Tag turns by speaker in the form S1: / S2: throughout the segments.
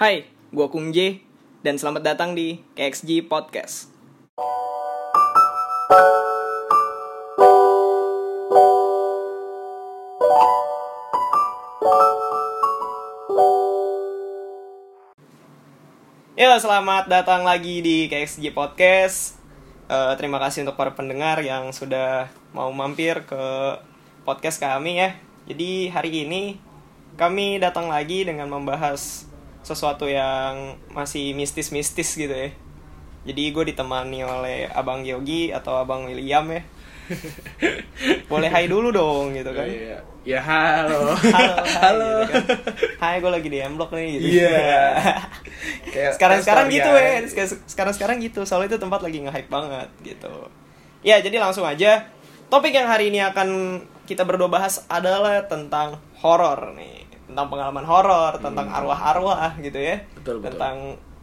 S1: Hai, gua Kung J dan selamat datang di KXG Podcast. Ya, selamat datang lagi di KXG Podcast. Eh, terima kasih untuk para pendengar yang sudah mau mampir ke podcast kami ya. Jadi hari ini kami datang lagi dengan membahas sesuatu yang masih mistis-mistis gitu ya. Jadi gue ditemani oleh Abang Yogi atau Abang William ya. Boleh hai dulu dong gitu kan.
S2: Iya. Ya halo. Iya,
S1: Halo, hai,
S2: Halo. Iya.
S1: gitu kan. Hai, gue lagi di M-Block nih gitu.
S2: Kayak-
S1: sekarang-sekarang
S2: kayak
S1: gitu
S2: story
S1: ya sekarang-sekarang gitu soalnya itu tempat lagi nge-hype banget gitu ya jadi langsung aja topik yang hari ini akan kita berdua bahas adalah tentang horor nih tentang pengalaman horor tentang arwah-arwah gitu ya
S2: Hmm. Betul, betul.
S1: tentang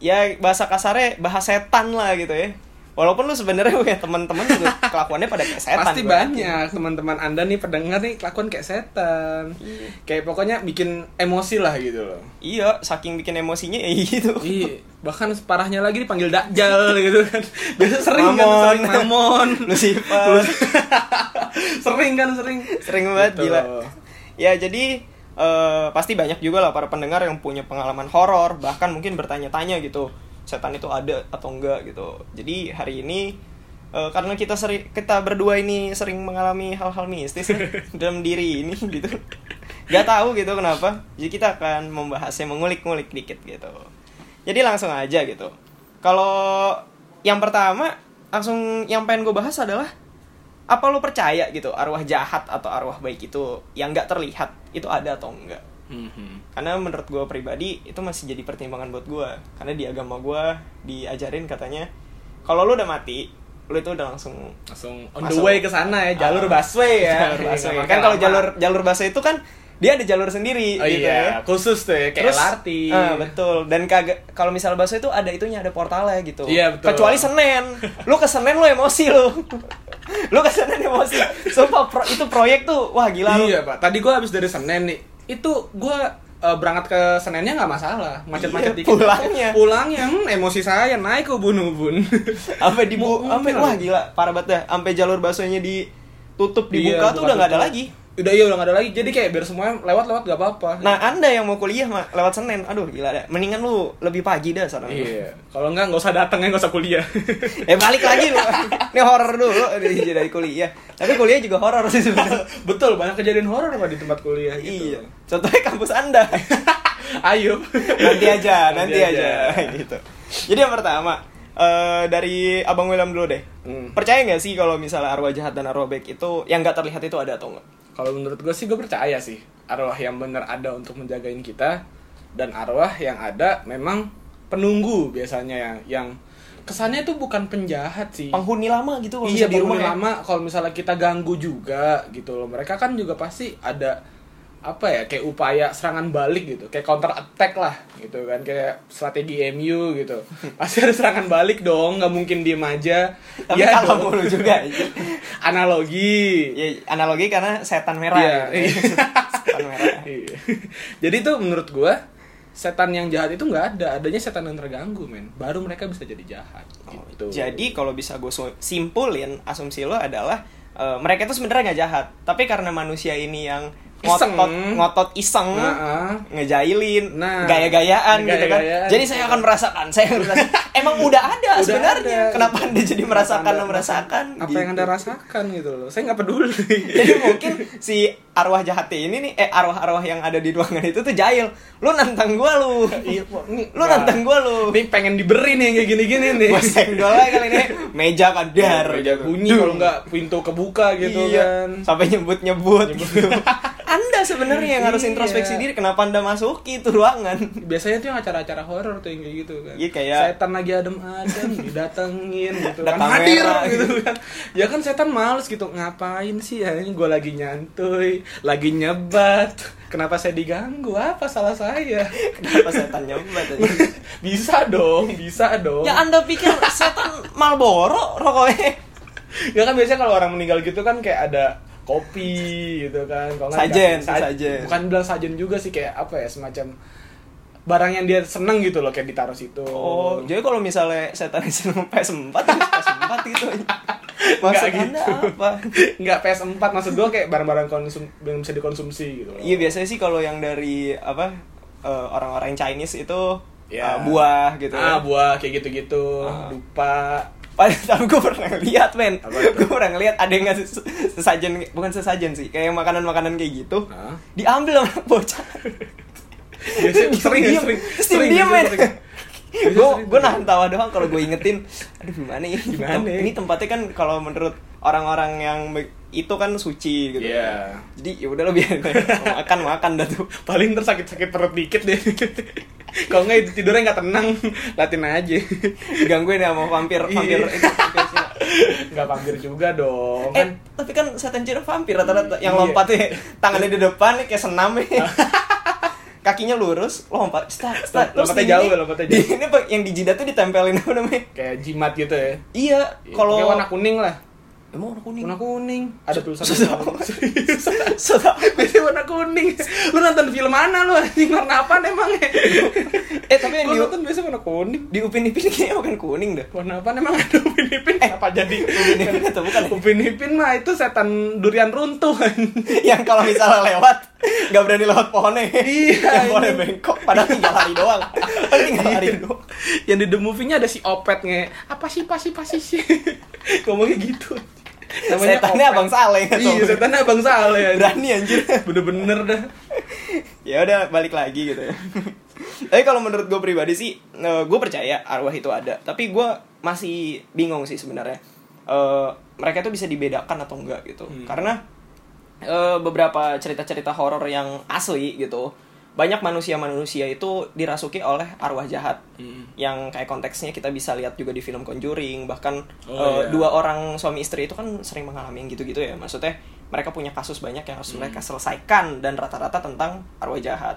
S1: ya bahasa kasarnya bahas setan lah gitu ya walaupun lu sebenarnya punya teman-teman juga kelakuannya pada kayak setan
S2: Pasti
S1: gua yakin.
S2: banyak teman-teman Anda nih pendengar nih kelakuan kayak setan. Kayak pokoknya bikin emosi lah gitu loh.
S1: iya saking bikin emosinya ya gitu
S2: Iya, bahkan parahnya lagi dipanggil dajal gitu kan. Biasa sering kan sering
S1: Mamon.
S2: mamon.
S1: Lucifer
S2: sering kan sering.
S1: sering banget
S2: Gitu.
S1: gila ya jadi eh, pasti banyak juga lah para pendengar yang punya pengalaman horor bahkan mungkin bertanya-tanya gitu setan itu ada atau enggak gitu jadi hari ini eh, karena kita seri, kita berdua ini sering mengalami hal-hal mistis ya, dalam diri ini gitu nggak tahu gitu kenapa jadi kita akan membahasnya mengulik-ngulik dikit gitu jadi langsung aja gitu kalau yang pertama langsung yang pengen gue bahas adalah apa lo percaya gitu arwah jahat atau arwah baik itu yang nggak terlihat itu ada atau enggak
S2: Mhm.
S1: karena menurut gue pribadi itu masih jadi pertimbangan buat gue karena di agama gue diajarin katanya kalau lo udah mati lo itu udah langsung
S2: Langsung on the
S1: Masuk.
S2: way ke sana ya, jalur
S1: Ah,
S2: busway ya.
S1: jalur
S2: Iya,
S1: busway.
S2: nggak
S1: kan
S2: pakai
S1: kalau
S2: lama.
S1: jalur jalur busway itu kan dia ada jalur sendiri
S2: Oh
S1: gitu
S2: iya,
S1: ya
S2: khusus tuh ya, kayak
S1: Terus,
S2: LRT.
S1: ah, betul. Dan kagak kalau misal busway itu ada itunya, ada portalnya gitu.
S2: Iya, betul.
S1: Kecuali Senen. Lu ke Senen lu emosi lu. lu ke Senen emosi. Sumpah pro- itu proyek tuh wah gila lu.
S2: Iya pak, tadi gue habis dari Senen nih Itu gue berangkat ke Senennya nggak masalah Macet-macet
S1: Iya,
S2: dikit
S1: pulangnya.
S2: Pulangnya, hmm, emosi saya naik ubun-ubun
S1: Sampai di
S2: Mau- mau
S1: sampai
S2: bener.
S1: wah gila, parah banget dah. Sampai jalur busway-nya ditutup, dibuka
S2: Iya,
S1: tuh udah nggak ada
S2: tutup.
S1: lagi.
S2: Udah iya udah nggak ada lagi, jadi kayak biar semuanya lewat-lewat gak apa-apa
S1: Nah, Anda yang mau kuliah mah lewat Senen. Aduh, gila dah. Mendingan lu lebih pagi dah sana.
S2: Iya, kalau nggak nggak usah datang ya, nggak usah kuliah
S1: Eh balik lagi lu. Ini horor dulu dari dari kuliah. Tapi kuliah juga horor sih sebenarnya.
S2: Betul, banyak kejadian horor pak di tempat kuliah gitu
S1: Iya. Contohnya kampus Anda.
S2: Ayub
S1: nanti aja, nanti, aja. gitu. Jadi yang pertama eh, dari Abang William dulu deh.
S2: Hmm.
S1: Percaya nggak sih kalau misalnya arwah jahat dan arwah baik itu yang nggak terlihat itu ada atau enggak?
S2: Kalau menurut gue sih gue percaya sih arwah yang bener ada untuk menjagain kita dan arwah yang ada memang penunggu biasanya yang yang kesannya itu bukan penjahat sih.
S1: Penghuni lama gitu kalau
S2: iya
S1: misalnya di rumah. ya.
S2: lama kalau misalnya kita ganggu juga gitu loh mereka kan juga pasti ada apa ya kayak upaya serangan balik gitu kayak counter attack lah gitu kan kayak strategi MU gitu pasti ada serangan balik dong nggak mungkin diem aja
S1: Tapi
S2: Iya
S1: kalau
S2: dong.
S1: mulu juga.
S2: analogi
S1: Ya, analogi karena setan merah.
S2: Iya,
S1: gitu.
S2: iya.
S1: setan merah.
S2: Iya. Jadi itu menurut gua setan yang jahat itu nggak ada, adanya setan yang terganggu men. Baru mereka bisa jadi jahat.
S1: Oh,
S2: Gitu.
S1: Jadi kalau bisa gue simpulin asumsi lo adalah eh, mereka itu sebenarnya nggak jahat, tapi karena manusia ini yang ngotot
S2: Iseng.
S1: ngotot iseng
S2: Nah, ah.
S1: ngejailin,
S2: Nah,
S1: gaya-gayaan gitu kan.
S2: gaya-gayaan.
S1: Jadi saya akan merasakan, saya akan merasakan. Emang udah ada
S2: Udah
S1: sebenarnya.
S2: ada.
S1: Kenapa Anda jadi
S2: Kenapa
S1: merasakan
S2: Anda
S1: merasakan?
S2: apa
S1: gitu.
S2: yang anda rasakan gitu loh. Saya nggak peduli.
S1: Jadi mungkin si arwah jahatnya ini nih eh arwah-arwah yang ada di ruangan itu tuh jahil. Lu nantang gua lu.
S2: Iya, Pak. Ini-
S1: Lu nantang gua lu.
S2: Ini pengen diberi nih yang kayak gini-gini nih.
S1: Gua senggol aja kali ini. Meja kan, kadar.
S2: Iya, Meja bunyi kalau nggak pintu kebuka gitu
S1: Iya.
S2: kan.
S1: Sampai nyebut-nyebut gitu. Anda sebenarnya yang harus
S2: Iya.
S1: introspeksi diri kenapa Anda masuki itu ruangan.
S2: Biasanya tuh yang acara-acara horor tuh yang kayak gitu kan.
S1: Iya, kayak-
S2: setan lagi adem-adem didatengin gitu kan.
S1: Datang
S2: Hadir
S1: merah,
S2: gitu kan. Ya kan setan males gitu. Ngapain sih ya ini gua lagi nyantuy, lagi nyebat. Kenapa saya diganggu? Apa salah saya?
S1: Kenapa setan nyobat aja?
S2: bisa dong, bisa dong.
S1: Ya Anda pikir setan Malboro rokoknya?
S2: Ya kan biasanya kalau orang meninggal gitu kan kayak ada kopi gitu kan. Kalau nggak
S1: Sajen,
S2: dikasih-
S1: sajen.
S2: Bukan bilang sajen juga sih kayak apa ya semacam barang yang dia seneng gitu loh kayak ditaruh situ.
S1: Oh, jadi kalau misalnya setan yang seneng PS4, terus PS4 gitu. Maksud
S2: Nggak
S1: Anda
S2: gitu.
S1: apa?
S2: nggak PS4 maksud gua kayak barang-barang konsum yang bisa dikonsumsi gitu. loh.
S1: Iya, biasanya sih kalau yang dari apa eh, orang-orang Chinese itu
S2: Ya.
S1: eh, buah gitu.
S2: Ah, buah kayak gitu-gitu,
S1: Ah.
S2: dupa.
S1: Padahal gue pernah lihat men
S2: Apa
S1: Gue
S2: itu?
S1: pernah lihat ada yang ngasih se- sesajen Bukan sesajen sih Kayak makanan-makanan kayak gitu
S2: Hah?
S1: Diambil sama anak bocah
S2: Biasanya sering ya,
S1: Diem-diem.
S2: sering.
S1: Terus
S2: sering,
S1: diem-diem, men
S2: sering. Biasanya
S1: Gue
S2: sering.
S1: gue nahan tawa doang kalau gue ingetin Aduh gimana ya
S2: Gimana ya?
S1: Ini tempatnya kan kalau menurut orang-orang yang be- itu kan suci gitu
S2: Iya.
S1: Jadi ya udah lo biarin aja. makan makan dah tuh.
S2: Paling ntar sakit-sakit perut dikit deh. Kalau nggak tidurnya nggak tenang, latin aja.
S1: Gangguin ya sama vampir vampir
S2: Iya.
S1: itu, vampir Cina.
S2: Nggak pampir juga dong.
S1: Eh,
S2: Kan
S1: tapi kan setan Cina vampir rata-rata yang
S2: Iya.
S1: lompatnya tangannya di depan kayak senam ya. Kakinya lurus, lompat, start, start. Terus
S2: Lompatnya
S1: di ini-
S2: jauh, lompatnya
S1: di
S2: jauh.
S1: Ini pe- yang di jidat tuh ditempelin apa namanya?
S2: kayak jimat gitu ya.
S1: Iya, kalau
S2: Pakai warna kuning lah.
S1: Emang warna kuning.
S2: Warna kuning. Ada tulisan
S1: susah
S2: warna
S1: banget.
S2: kuning.
S1: Sedap.
S2: Biasanya warna kuning. Lu nonton film mana lu anjing warna apa emang? ya?
S1: Eh, tapi yang
S2: Lu
S1: di
S2: nonton biasanya warna kuning.
S1: di Upin Ipin kayaknya bukan kuning dah.
S2: Warna apa emang ada Upin Ipin?
S1: Eh,
S2: apa jadi
S1: Upin Ipin atau bukan ya?
S2: Upin Ipin mah itu setan durian runtuh. kan.
S1: yang kalau misalnya lewat nggak berani lewat pohonnya
S2: Iya,
S1: yang pohonnya
S2: ini.
S1: bengkok padahal tinggal hari doang Gitu. Padahal tinggal hari doang
S2: Yang di the movie-nya ada si Opet nge. Apa sih pasti pasti sih. Ngomongnya gitu.
S1: setannya
S2: Opet.
S1: abang saleh
S2: Iya, setannya Abang Saleh. anjing.
S1: berani anjir
S2: Bener-bener dah.
S1: ya udah balik lagi gitu ya tapi kalau menurut gue pribadi sih gue percaya arwah itu ada tapi gue masih bingung sih sebenarnya Eh, mereka itu bisa dibedakan atau enggak gitu karena eh, beberapa cerita-cerita horor yang asli gitu banyak manusia-manusia itu dirasuki oleh arwah jahat
S2: Hmm.
S1: yang kayak konteksnya kita bisa lihat juga di film Conjuring bahkan
S2: Oh,
S1: eh,
S2: iya.
S1: dua orang suami istri itu kan sering mengalami yang gitu-gitu ya maksudnya mereka punya kasus banyak yang
S2: Hmm.
S1: harus mereka selesaikan dan rata-rata tentang arwah jahat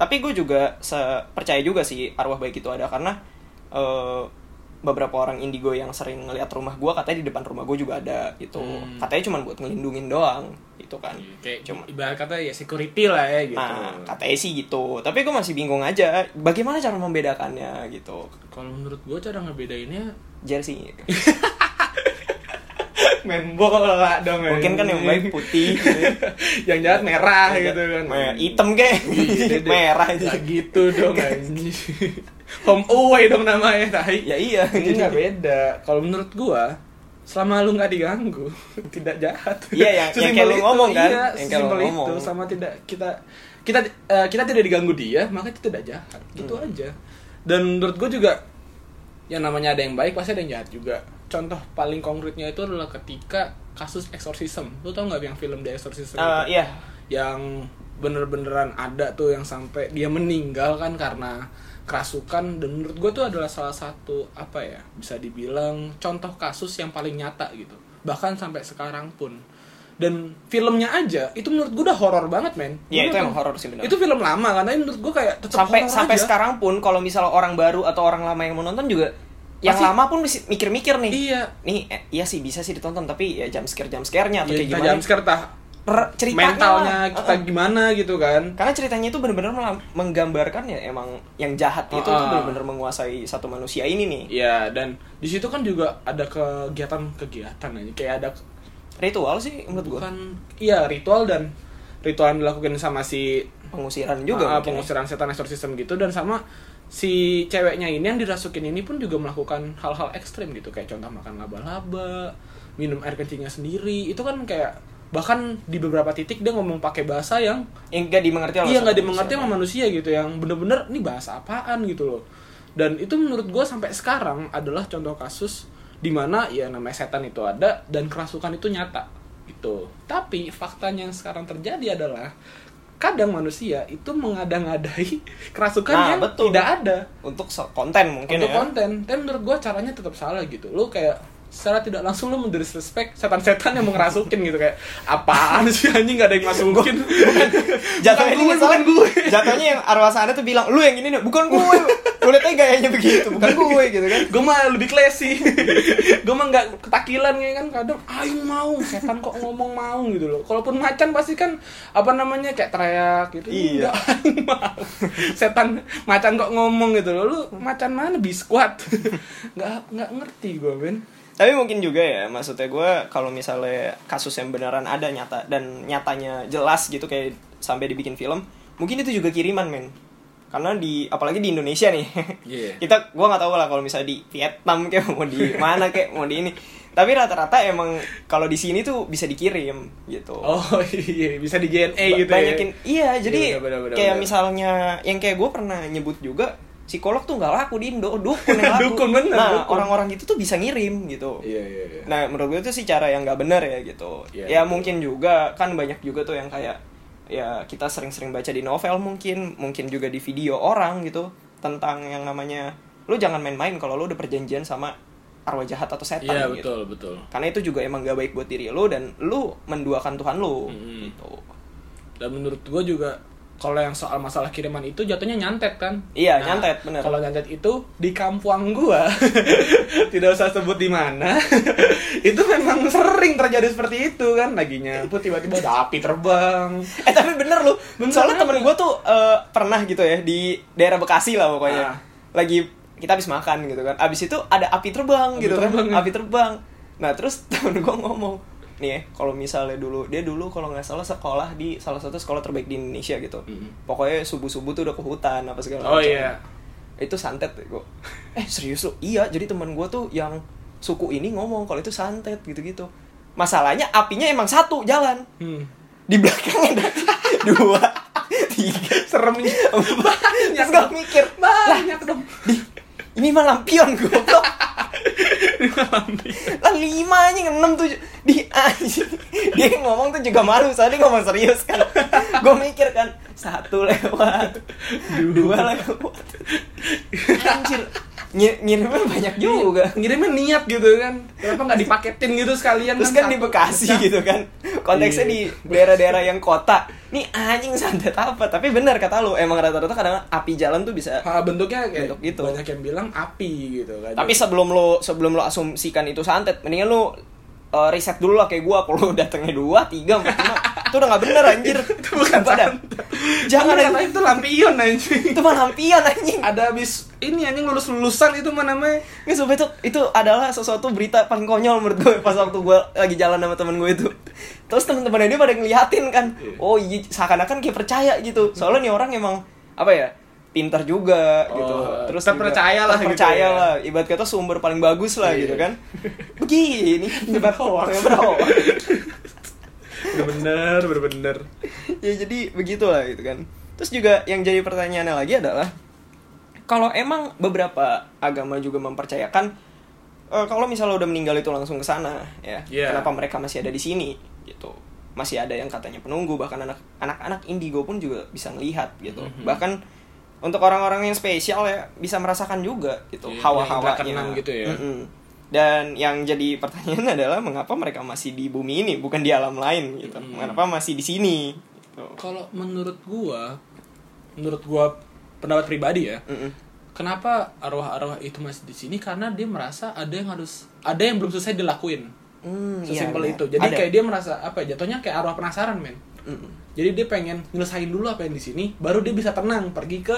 S1: tapi gue juga se- percaya juga sih arwah baik itu ada karena eh, beberapa orang indigo yang sering ngelihat rumah gue katanya di depan rumah gue juga ada gitu
S2: Hmm.
S1: katanya cuma buat ngelindungin doang gitu kan
S2: Kayak
S1: Cuma-
S2: ibarat kata ya security lah ya gitu.
S1: Nah, katanya sih gitu. Tapi gue masih bingung aja. Bagaimana cara membedakannya gitu?
S2: Kalau menurut gue cara ngebedainnya
S1: Jersey.
S2: main bola dong.
S1: Mungkin kan yang
S2: anjing.
S1: baik putih. gitu.
S2: yang jahat merah
S1: Yang
S2: Iya. gitu kan.
S1: merah- Hitam kek.
S2: Iya, deh.
S1: Merah aja.
S2: Nah, gitu dong anjing. Home away dong namanya tai.
S1: Ya iya.
S2: Jadi nggak
S1: Jadi
S2: beda. Kalau menurut gua selama lu nggak diganggu, tidak jahat.
S1: Iya, yang- yang
S2: Sesimpel
S1: kayak lu
S2: itu.
S1: ngomong kan?
S2: Iya,
S1: Yang kayak lu
S2: sesimpel itu
S1: ngomong.
S2: sama tidak kita kita eh, kita tidak diganggu dia, maka itu tidak jahat. Gitu
S1: Hmm.
S2: aja. Dan menurut gua juga yang namanya ada yang baik pasti ada yang jahat juga. Contoh paling konkretnya itu adalah ketika kasus exorcism. Lu tau nggak yang film The
S1: Eh,
S2: Exorcism? itu?
S1: iya.
S2: yang bener-beneran ada tuh yang sampai dia meninggal kan karena kerasukan dan menurut gue tuh adalah salah satu apa ya bisa dibilang contoh kasus yang paling nyata gitu bahkan sampai sekarang pun dan filmnya aja itu menurut gue udah horor banget men
S1: Ya, itu
S2: Menurut
S1: emang
S2: gua-
S1: horor sih bener.
S2: Iya, kan? itu film lama kan tapi menurut gue kayak tetap
S1: sampai
S2: horor
S1: sampai
S2: aja.
S1: sekarang pun kalau misalnya orang baru atau orang lama yang mau nonton juga yang
S2: Pasti-
S1: lama pun mesti mikir-mikir nih.
S2: Iya.
S1: Nih, eh, iya sih bisa sih ditonton tapi ya jam scare jam scare-nya atau kayak
S2: ya, kita
S1: gimana.
S2: jangan sekarang tah
S1: Per- ceritanya
S2: mentalnya
S1: lah.
S2: kita
S1: Heeh.
S2: gimana gitu kan
S1: karena ceritanya itu benar-benar melam- menggambarkan ya emang yang jahat itu tuh
S2: Ah.
S1: benar-benar menguasai satu manusia ini nih
S2: Iya dan di situ kan juga ada kegiatan-kegiatan aja kayak ada
S1: ritual sih menurut gua
S2: bukan iya ritual dan ritual yang dilakukan sama si
S1: pengusiran juga
S2: ah,
S1: mungkin ya.
S2: pengusiran setan exorcism gitu dan sama si ceweknya ini yang dirasukin ini pun juga melakukan hal-hal ekstrim gitu kayak contoh makan laba-laba minum air kencingnya sendiri itu kan kayak bahkan di beberapa titik dia ngomong pakai bahasa yang
S1: yang gak Eh, dimengerti oleh
S2: iya
S1: satu
S2: nggak
S1: manusia.
S2: dimengerti sama manusia gitu yang bener-bener ini bahasa apaan gitu loh dan itu menurut gue sampai sekarang adalah contoh kasus dimana ya namanya setan itu ada dan kerasukan itu nyata gitu tapi faktanya yang sekarang terjadi adalah kadang manusia itu mengada-ngadai kerasukan
S1: Nah,
S2: yang
S1: betul.
S2: tidak ada
S1: untuk so- konten mungkin
S2: untuk
S1: ya
S2: konten tapi menurut gue caranya tetap salah gitu lo kayak secara tidak langsung lo mendirespek setan-setan yang mengerasukin gitu kayak apaan sih anjing gak ada yang masukin
S1: jatuhnya
S2: Bukan
S1: ini
S2: gue,
S1: salah
S2: bukan gue.
S1: jatuhnya yang arwah sana tuh bilang lu yang ini nih bukan gue lu kulitnya gayanya begitu bukan gue gitu kan
S2: gue mah lebih classy gue mah nggak ketakilan ya kan kadang ayo mau setan kok ngomong mau gitu loh kalaupun macan pasti kan apa namanya kayak teriak gitu
S1: Iya.
S2: "Nggak, aing mau setan macan kok ngomong gitu loh lu macan mana biskuat nggak nggak ngerti gue ben
S1: tapi mungkin juga ya maksudnya gue kalau misalnya kasus yang beneran ada nyata dan nyatanya jelas gitu kayak sampai dibikin film mungkin itu juga kiriman men karena di apalagi di Indonesia nih
S2: Iya.
S1: kita gue nggak tahu lah kalau misalnya di Vietnam kayak mau di mana kayak mau di ini tapi rata-rata emang kalau di sini tuh bisa dikirim gitu
S2: oh iya bisa di DNA
S1: Ba-
S2: gitu
S1: banyakin
S2: ya
S1: iya jadi
S2: Iya, benar, benar,
S1: kayak
S2: benar.
S1: misalnya yang kayak gue pernah nyebut juga psikolog tuh nggak laku di Indo dukun yang laku
S2: Dukun, bener,
S1: nah
S2: dukun.
S1: orang-orang gitu tuh bisa ngirim gitu
S2: iya iya iya
S1: nah menurut gue itu sih cara yang nggak benar ya gitu
S2: Iya,
S1: ya
S2: betul.
S1: mungkin juga kan banyak juga tuh yang kayak ya kita sering-sering baca di novel mungkin mungkin juga di video orang gitu tentang yang namanya lu jangan main-main kalau lu udah perjanjian sama arwah jahat atau setan
S2: iya
S1: gitu
S2: betul betul
S1: karena itu juga emang gak baik buat diri lu dan lu menduakan Tuhan lu
S2: Mm-mm.
S1: gitu
S2: dan menurut gue juga kalau yang soal masalah kiriman itu jatuhnya nyantet kan
S1: Iya, nyantet, bener.
S2: kalau nyantet itu di kampung gua tidak usah sebut di mana itu memang sering terjadi seperti itu kan lagi nyamput tiba-tiba ada api terbang
S1: Eh tapi bener lu,
S2: Bener,
S1: soalnya
S2: kenapa?
S1: temen gue tuh eh, pernah gitu ya di daerah Bekasi lah pokoknya.
S2: Ah.
S1: Lagi kita habis makan gitu kan, abis itu ada api terbang
S2: Api
S1: gitu
S2: terbang,
S1: kan,
S2: ya.
S1: api terbang. Nah terus temen gue ngomong, nih ya, kalau misalnya dulu dia dulu kalau nggak salah sekolah di salah satu sekolah terbaik di Indonesia gitu.
S2: Mm-mm.
S1: Pokoknya subuh subuh tuh udah ke hutan apa segala
S2: oh
S1: macam.
S2: iya
S1: Itu santet gue. Eh serius lu? Iya, jadi temen gue tuh yang suku ini ngomong kalau itu santet gitu-gitu. Masalahnya apinya emang satu jalan
S2: hmm.
S1: di belakang ada dua tiga
S2: seremnya
S1: terus
S2: banyak
S1: gue
S2: dong
S1: mikir
S2: banyak dong
S1: ini mah lampion goblok lah lima anjing enam tujuh di anjing dia ngomong tuh juga malu soalnya dia ngomong serius kan gue mikir kan satu lewat
S2: Dua.
S1: dua lewat anjir ngi- ngirimnya banyak juga
S2: ngirimnya niat gitu kan kenapa nggak dipaketin gitu sekalian
S1: Terus kan di
S2: satu?
S1: Bekasi gitu kan Konteksnya
S2: Iya.
S1: di daerah-daerah yang kota Nih anjing santet apa Tapi benar kata lu Emang rata-rata kadang api jalan tuh bisa
S2: Ah, bentuknya kayak
S1: Bentuk gitu.
S2: banyak yang bilang api gitu kan
S1: Tapi sebelum lo sebelum lo asumsikan itu santet, mendingan lo uh, riset dulu lah kayak gua kalau datangnya dua, tiga, empat, lima, itu udah nggak bener anjir. itu
S2: bukan
S1: Jangan
S2: jangan
S1: anjing.
S2: kata itu lampion anjing
S1: Itu mah lampion anjing.
S2: ada abis ini anjing lulus lulusan itu mah namanya
S1: Nggak sumpah itu itu adalah sesuatu berita paling konyol menurut gue pas waktu gue lagi jalan sama temen gue itu. Terus teman-temannya dia pada ngeliatin kan.
S2: Iya.
S1: Oh iya seakan-akan kayak percaya gitu. Soalnya nih orang emang apa ya? pintar juga
S2: Oh,
S1: gitu. Terus
S2: terpercaya lah gitu
S1: Percaya
S2: ya.
S1: lah. Ibarat kata sumber paling bagus lah
S2: Iya.
S1: gitu kan. Begini.
S2: Nyebar hoax.
S1: Nyebar hoax.
S2: bener bener bener
S1: ya jadi begitulah gitu kan terus juga yang jadi pertanyaannya lagi adalah kalau emang beberapa agama juga mempercayakan eh, kalau misalnya udah meninggal itu langsung ke sana ya
S2: Iya.
S1: kenapa mereka masih ada di sini gitu masih ada yang katanya penunggu bahkan anak anak-anak indigo pun juga bisa melihat gitu
S2: Mhm.
S1: bahkan untuk orang-orang yang spesial ya bisa merasakan juga gitu
S2: Iya,
S1: hawa-hawanya
S2: yang terkenang gitu ya.
S1: Mm-mm. dan yang jadi pertanyaan adalah mengapa mereka masih di bumi ini bukan di alam lain gitu
S2: Mhm.
S1: mengapa masih di sini gitu.
S2: kalau menurut gua menurut gua pendapat pribadi ya
S1: Mm-mm.
S2: kenapa arwah-arwah itu masih di sini karena dia merasa ada yang harus ada yang belum selesai dilakuin
S1: Hmm, iya,
S2: sesimpel
S1: benar.
S2: itu jadi
S1: Ada.
S2: kayak dia merasa apa ya, jatuhnya kayak arwah penasaran men
S1: Mm-mm.
S2: jadi dia pengen nyelesain dulu apa yang di sini baru dia bisa tenang pergi ke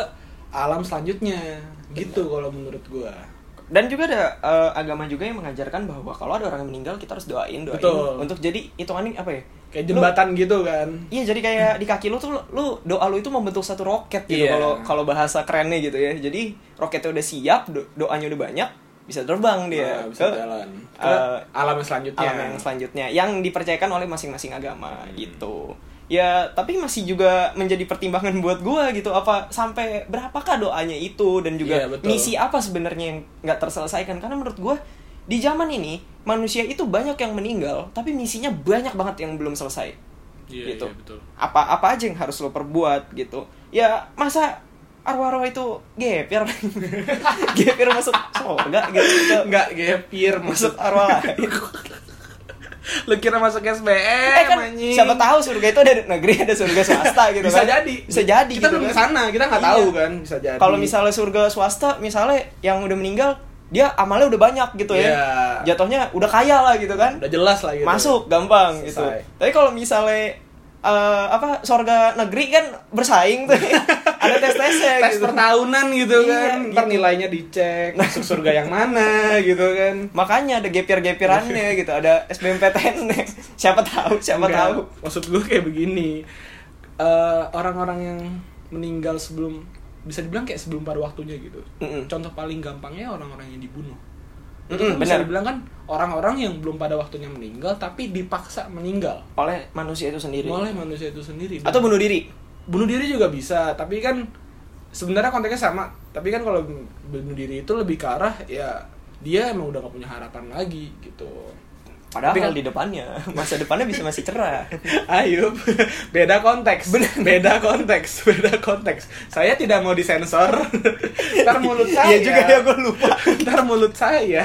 S2: alam selanjutnya gitu kalau menurut gua
S1: Dan juga ada eh, agama juga yang mengajarkan bahwa kalau ada orang yang meninggal kita harus doain doain
S2: Betul.
S1: untuk jadi hitungannya apa ya?
S2: kayak
S1: Lu-
S2: jembatan gitu kan
S1: Iya jadi kayak di kaki lu tuh lu- lu doa lu itu membentuk satu roket gitu
S2: Iya.
S1: kalau kalau bahasa kerennya gitu ya. Jadi roketnya udah siap, do- doanya udah banyak, bisa terbang dia
S2: Nah, bisa
S1: ke
S2: jalan ke
S1: Iya, eh,
S2: alam yang selanjutnya Hmm.
S1: alam yang selanjutnya yang dipercayakan oleh masing-masing agama gitu. Ya tapi masih juga menjadi pertimbangan buat gua gitu apa sampai berapakah doanya itu dan juga
S2: Iya, betul.
S1: misi apa sebenarnya yang nggak terselesaikan karena menurut gua di zaman ini manusia itu banyak yang meninggal tapi misinya banyak banget yang belum selesai
S2: Iya,
S1: gitu
S2: iya, betul.
S1: apa apa aja yang harus lo perbuat gitu ya masa arwah-arwah itu gepir gepir masuk surga gitu
S2: nggak gepir
S1: masuk
S2: maksud
S1: arwah lain
S2: Lu kira masuk SBM
S1: Eh kan
S2: anjing.
S1: siapa tahu surga itu ada negeri ada surga swasta gitu
S2: bisa
S1: kan.
S2: jadi
S1: Bisa jadi
S2: kita
S1: gitu
S2: belum
S1: kan.
S2: kesana kita nggak
S1: Iya.
S2: tahu kan bisa jadi
S1: Kalau misalnya surga swasta misalnya yang udah meninggal dia amalnya udah banyak gitu ya.
S2: Iya.
S1: Jatuhnya udah kaya lah gitu kan.
S2: udah jelas lah gitu
S1: Masuk gampang
S2: Selesai.
S1: gitu. Tapi kalau misalnya eh, apa surga negeri kan bersaing tuh. ada tes-tesnya
S2: tes
S1: gitu.
S2: pertahunan
S1: Iya,
S2: gitu kan
S1: gitu.
S2: ntar nilainya dicek masuk surga yang mana gitu kan
S1: Makanya ada gepir-gepirannya gitu, ada SBMPTN. siapa tahu, siapa
S2: Iya. Enggak.
S1: tahu.
S2: maksud gue kayak begini Eh, orang-orang yang meninggal sebelum bisa dibilang kayak sebelum pada waktunya gitu
S1: Mm-mm.
S2: contoh paling gampangnya orang-orang yang dibunuh itu
S1: Mm-mm,
S2: kan bisa
S1: benar.
S2: dibilang kan orang-orang yang belum pada waktunya meninggal tapi dipaksa meninggal
S1: Oleh manusia itu sendiri.
S2: oleh manusia itu sendiri
S1: Atau bunuh diri.
S2: bunuh diri juga bisa tapi kan sebenarnya konteksnya sama tapi kan kalau bunuh diri itu lebih ke arah ya dia emang udah gak punya harapan lagi gitu
S1: Padahal
S2: Tapi kan-
S1: di depannya, masa depannya bisa masih cerah.
S2: Ayub beda konteks beda konteks beda konteks saya tidak mau disensor ntar mulut saya
S1: Iya juga ya, gue lupa.
S2: ntar mulut saya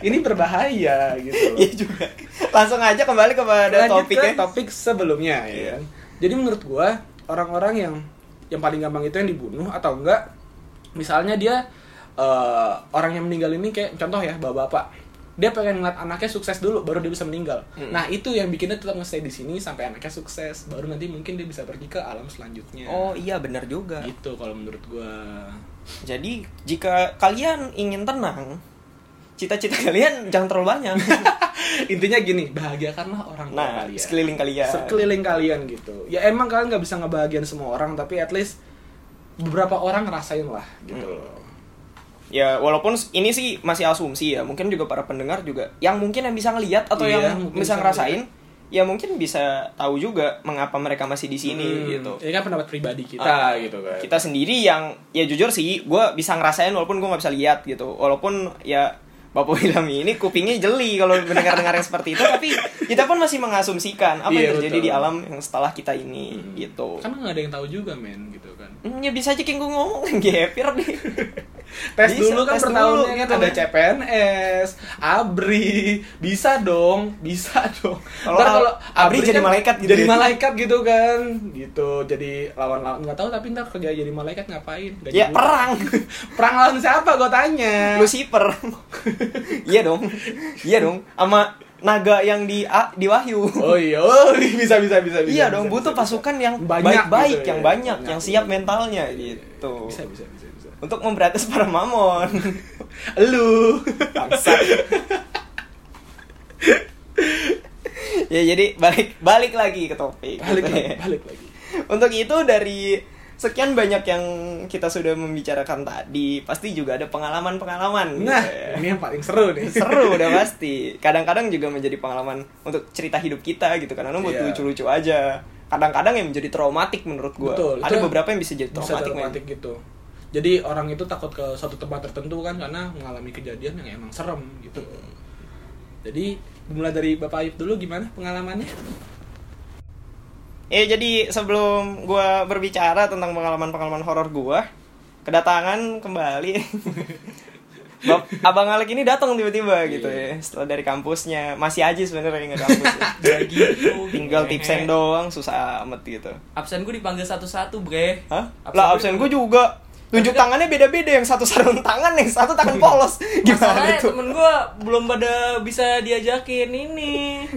S2: ini berbahaya gitu
S1: Iya juga. Langsung aja kembali kepada
S2: Lanjut ke
S1: topiknya.
S2: topik sebelumnya ya
S1: Iya.
S2: kan? jadi menurut gua orang-orang yang yang paling gampang itu yang dibunuh atau enggak misalnya dia eh, orang yang meninggal ini kayak contoh ya bapak-bapak dia pengen ngeliat anaknya sukses dulu baru dia bisa meninggal
S1: Hmm.
S2: nah itu yang bikinnya tetap nge-stay di sini sampai anaknya sukses baru nanti mungkin dia bisa pergi ke alam selanjutnya
S1: Oh iya benar juga.
S2: gitu kalau menurut gua
S1: Jadi jika kalian ingin tenang, cita-cita kalian jangan terlalu banyak.
S2: intinya gini bahagiakanlah orang tua
S1: Nah,
S2: kalian.
S1: sekeliling Nah, kalian.
S2: sekeliling kalian gitu ya emang kalian nggak bisa ngebahagiain semua orang tapi at least beberapa orang ngerasain lah gitu
S1: Hmm.
S2: loh
S1: Ya walaupun ini sih masih asumsi ya, mungkin juga para pendengar juga yang mungkin yang bisa ngelihat atau
S2: Iya,
S1: yang
S2: mungkin
S1: bisa
S2: bisa
S1: ngerasain, ya mungkin bisa tahu juga mengapa mereka masih di sini
S2: Hmm,
S1: gitu.
S2: ini kan pendapat pribadi kita
S1: Ah,
S2: gitu kan
S1: kita sendiri yang ya jujur sih gue bisa ngerasain walaupun gue nggak bisa lihat gitu walaupun ya Bapak William ini kupingnya jeli kalau mendengar-dengar yang seperti itu tapi kita pun masih mengasumsikan apa yang
S2: Iya,
S1: terjadi
S2: betul.
S1: di alam yang setelah kita ini
S2: Hmm.
S1: gitu
S2: kan nggak ada yang tahu juga men gitu kan
S1: Hmm, ya bisa aja king gue ngomong gepir nih
S2: tes
S1: Bisa,
S2: dulu kan
S1: tes
S2: per
S1: dulu,
S2: tahunnya kan
S1: gitu
S2: ada
S1: kan.
S2: CPNS abri bisa dong bisa dong
S1: Kalau
S2: Ntar kan
S1: Ab- Abri jadi malaikat gitu
S2: jadi
S1: ya.
S2: malaikat gitu kan gitu jadi lawan lawan nggak tahu tapi ntar kerja jadi malaikat ngapain Gaji
S1: ya
S2: buta.
S1: perang
S2: perang lawan siapa gue tanya
S1: Lucifer iya dong iya dong sama naga yang di A- di Wahyu
S2: Oh iya, oh, bisa bisa bisa. bisa,
S1: iya
S2: bisa,
S1: dong
S2: bisa,
S1: butuh
S2: bisa.
S1: pasukan yang
S2: Banyak
S1: baik-baik
S2: gitu,
S1: yang
S2: iya,
S1: banyak yang siap
S2: iya.
S1: mentalnya
S2: Iya, iya, iya.
S1: gitu
S2: Bisa bisa bisa bisa.
S1: untuk memberantas para mamon.
S2: Lu.
S1: Bangsa. ya jadi balik balik lagi ke topik.
S2: balik
S1: gitu
S2: lagi,
S1: ya.
S2: balik lagi.
S1: Untuk itu dari sekian banyak yang kita sudah membicarakan tadi, pasti juga ada pengalaman-pengalaman. gitu
S2: Nah,
S1: ya.
S2: ini yang paling seru nih.
S1: seru udah pasti. Kadang-kadang juga menjadi pengalaman untuk cerita hidup kita gitu karena buat
S2: Iya.
S1: lucu-lucu aja. Kadang-kadang yang menjadi traumatik menurut gua.
S2: Betul,
S1: ada
S2: itu
S1: beberapa yang bisa jadi
S2: Bisa
S1: traumatik. men.
S2: traumatik gitu. Jadi orang itu takut ke suatu tempat tertentu kan karena mengalami kejadian yang emang serem gitu. Jadi mulai dari Bapak Ayub dulu gimana pengalamannya?
S1: Eh jadi sebelum gua berbicara tentang pengalaman-pengalaman horor gua, kedatangan kembali Bab- Abang Alek ini datang tiba-tiba
S2: Iya.
S1: gitu ya setelah dari kampusnya masih aja sebenarnya nggak kampus ya.
S3: Lagi
S1: tinggal tipsen doang susah amat gitu
S3: Absen gue dipanggil satu-satu, bre.
S1: Hah? lah absen gue juga tunjuk tangannya beda-beda yang satu sarung tangan yang satu tangan polos gimana
S3: Masalahnya
S1: itu
S3: temen gue belum pada bisa diajakin ini.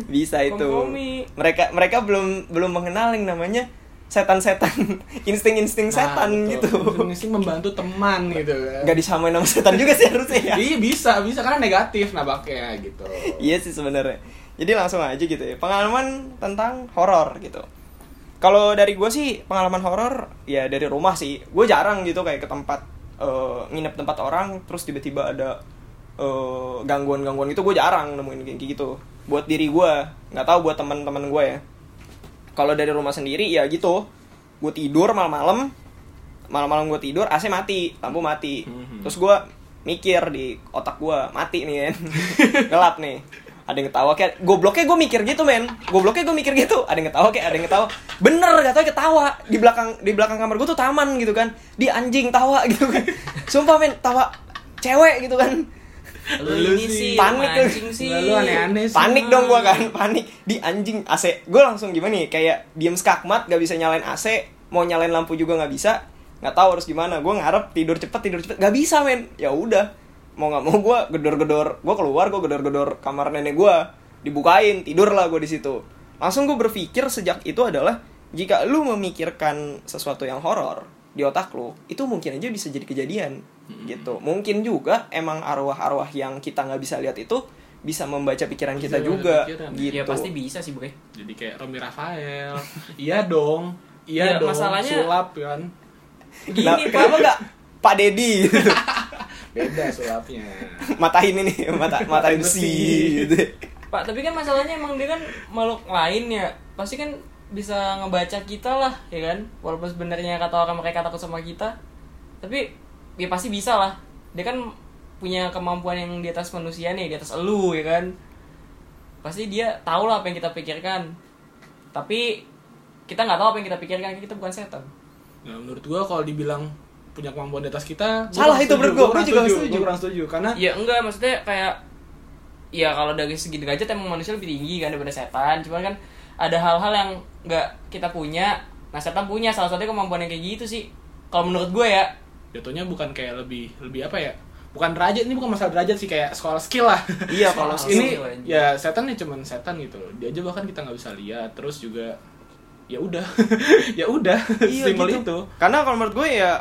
S1: bisa itu
S3: Kompromi.
S1: mereka mereka belum belum mengenal yang namanya setan-setan insting-insting
S2: Nah,
S3: Nah,
S1: setan gitu
S2: Mesti membantu teman gitu kan.
S1: nggak disamain sama setan juga sih harusnya ya.
S2: Iya bisa, bisa karena negatif nabaknya gitu.
S1: iya sih sebenarnya jadi langsung aja gitu ya pengalaman tentang horor gitu kalau dari gue sih pengalaman horor ya dari rumah sih gue jarang gitu kayak ke tempat eh, nginep tempat orang terus tiba-tiba ada eh, gangguan-gangguan gitu gue jarang nemuin kayak gitu buat diri gue nggak tahu buat teman-teman gue ya kalau dari rumah sendiri ya gitu gue tidur malam-malam malam-malam gue tidur AC mati lampu mati
S2: Mhm.
S1: terus gue mikir di otak gue mati nih kan gelap nih ada yang ketawa kayak gobloknya gue mikir gitu men gobloknya gue mikir gitu ada yang ketawa kayak ada yang ketawa bener gak tau ketawa di belakang di belakang kamar gue tuh taman gitu kan di anjing tawa gitu kan sumpah men tawa cewek gitu kan
S3: Lu
S2: Lu
S3: ini
S2: sih.
S3: sih,
S1: Panik lu.
S3: lu mancing Iya sih.
S2: Lah, lu aneh-aneh sih.
S1: panik dong gua kan panik di anjing AC gue langsung gimana nih kayak diem skakmat gak bisa nyalain AC mau nyalain lampu juga nggak bisa nggak tahu harus gimana gue ngarep tidur cepet tidur cepet nggak bisa men ya udah mau nggak mau gue gedor-gedor gue keluar gue gedor-gedor kamar nenek gue dibukain tidur lah gue di situ langsung gue berpikir sejak itu adalah jika lu memikirkan sesuatu yang horor di otak lu itu mungkin aja bisa jadi kejadian gitu mungkin juga emang arwah-arwah yang kita nggak bisa lihat itu bisa membaca pikiran kita
S2: membaca
S1: juga
S2: pikiran.
S1: gitu
S3: Ya pasti bisa sih, Boy.
S2: Jadi kayak Romi Rafael. iya dong. Iya
S3: Ya,
S2: dong.
S3: masalahnya-
S2: Sulap kan.
S3: Gini,
S1: Nah, kenapa
S3: Pak.
S1: nggak Pak Dedi gitu.
S2: Beda sulapnya.
S1: matain ini mata matain besi gitu.
S3: Pak, tapi kan masalahnya emang dia kan makhluk lain ya. Pasti kan bisa ngebaca kita lah, ya kan? Walaupun sebenarnya kata orang mereka takut sama kita. Tapi dia pasti bisa lah. Dia kan punya kemampuan yang di atas manusia nih, di atas elu ya kan. Pasti dia tahu lah apa yang kita pikirkan. Tapi kita nggak tahu apa yang kita pikirkan, kita bukan setan.
S2: Nah, menurut gua kalau dibilang punya kemampuan di atas kita, gua
S1: Salah
S2: kurang
S1: itu menurut
S2: setuju,
S1: gua. Gua juga
S2: kurang
S1: setuju. Iya.
S2: Gua kurang setuju karena
S3: Ya enggak, maksudnya kayak ya kalau dari segi derajat emang manusia lebih tinggi kan daripada setan. Cuman kan ada hal-hal yang enggak kita punya. Nah, setan punya salah satunya kemampuan yang kayak gitu sih. Kalau menurut gue ya,
S2: jatuhnya bukan kayak lebih lebih apa ya? Bukan derajat ini bukan masalah derajat sih kayak soal skill lah.
S1: Iya kalau
S3: Soal-
S2: ini
S3: skill aja.
S2: ya setan ya cuman setan gitu loh. Dia aja bahkan kita nggak bisa lihat. Terus juga ya udah. ya udah. Simpel
S1: gitu.
S2: itu.
S1: Karena kalau menurut gue ya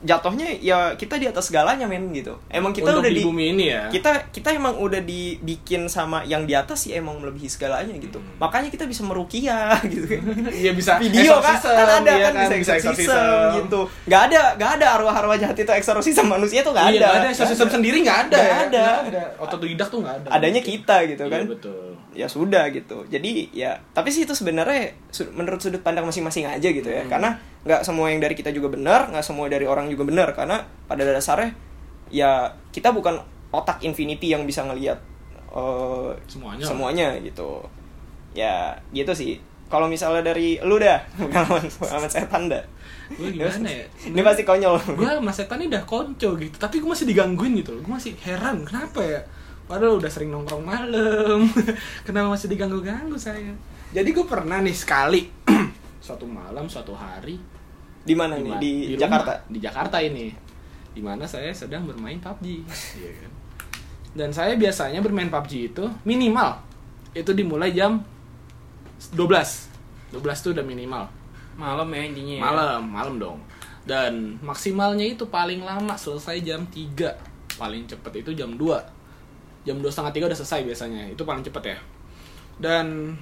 S1: jatuhnya ya kita di atas segalanya men gitu. Emang kita
S2: Untuk
S1: udah di
S2: di bumi ini ya.
S1: kita kita emang udah dibikin sama yang di atas sih emang melebihi segalanya gitu.
S2: Hmm.
S1: Makanya kita bisa merukiah gitu.
S2: Iya bisa
S1: Video kan,
S2: exorcism,
S1: kan ada
S2: iya
S1: kan, bisa exorcism,
S2: exorcism.
S1: gitu. Gak ada gak ada arwah-arwah jahat itu exorcism manusia tuh gak ada.
S2: Iya, nggak ada. Exorcism sendiri nggak ada.
S1: Nggak
S2: ya.
S1: ada.
S2: Nggak ada. Otot lidah tuh nggak ada.
S1: Adanya kita gitu
S2: Iya,
S1: kan.
S2: betul.
S1: ya sudah gitu jadi ya tapi sih itu sebenarnya sud- menurut sudut pandang masing-masing aja gitu ya
S2: Hmm.
S1: karena nggak semua yang dari kita juga benar nggak semua dari orang juga benar karena pada dasarnya ya kita bukan otak infinity yang bisa ngelihat eh,
S2: Semuanya.
S1: semuanya gitu ya gitu sih kalau misalnya dari lu dah pengalaman pengalaman setan dah
S2: Gue gimana ya?
S1: ini pasti konyol
S2: Gue sama setan ini udah konco gitu, tapi gue masih digangguin gitu loh. Gue masih heran kenapa ya? Padahal udah sering nongkrong malam. kenapa masih diganggu-ganggu saya? Jadi gue pernah nih sekali suatu malam, suatu hari
S1: di mana nih
S2: ma-
S1: di,
S2: rumah.
S1: Jakarta
S2: di Jakarta ini di mana saya sedang bermain PUBG Iya kan? dan saya biasanya bermain PUBG itu minimal itu dimulai jam 12 12 itu udah minimal
S3: malam ya intinya.
S1: Iya.
S3: ya.
S2: malam malam dong dan maksimalnya itu paling lama selesai jam 3 paling cepet itu jam 2 jam 2 setengah 3 udah selesai biasanya itu paling cepet ya dan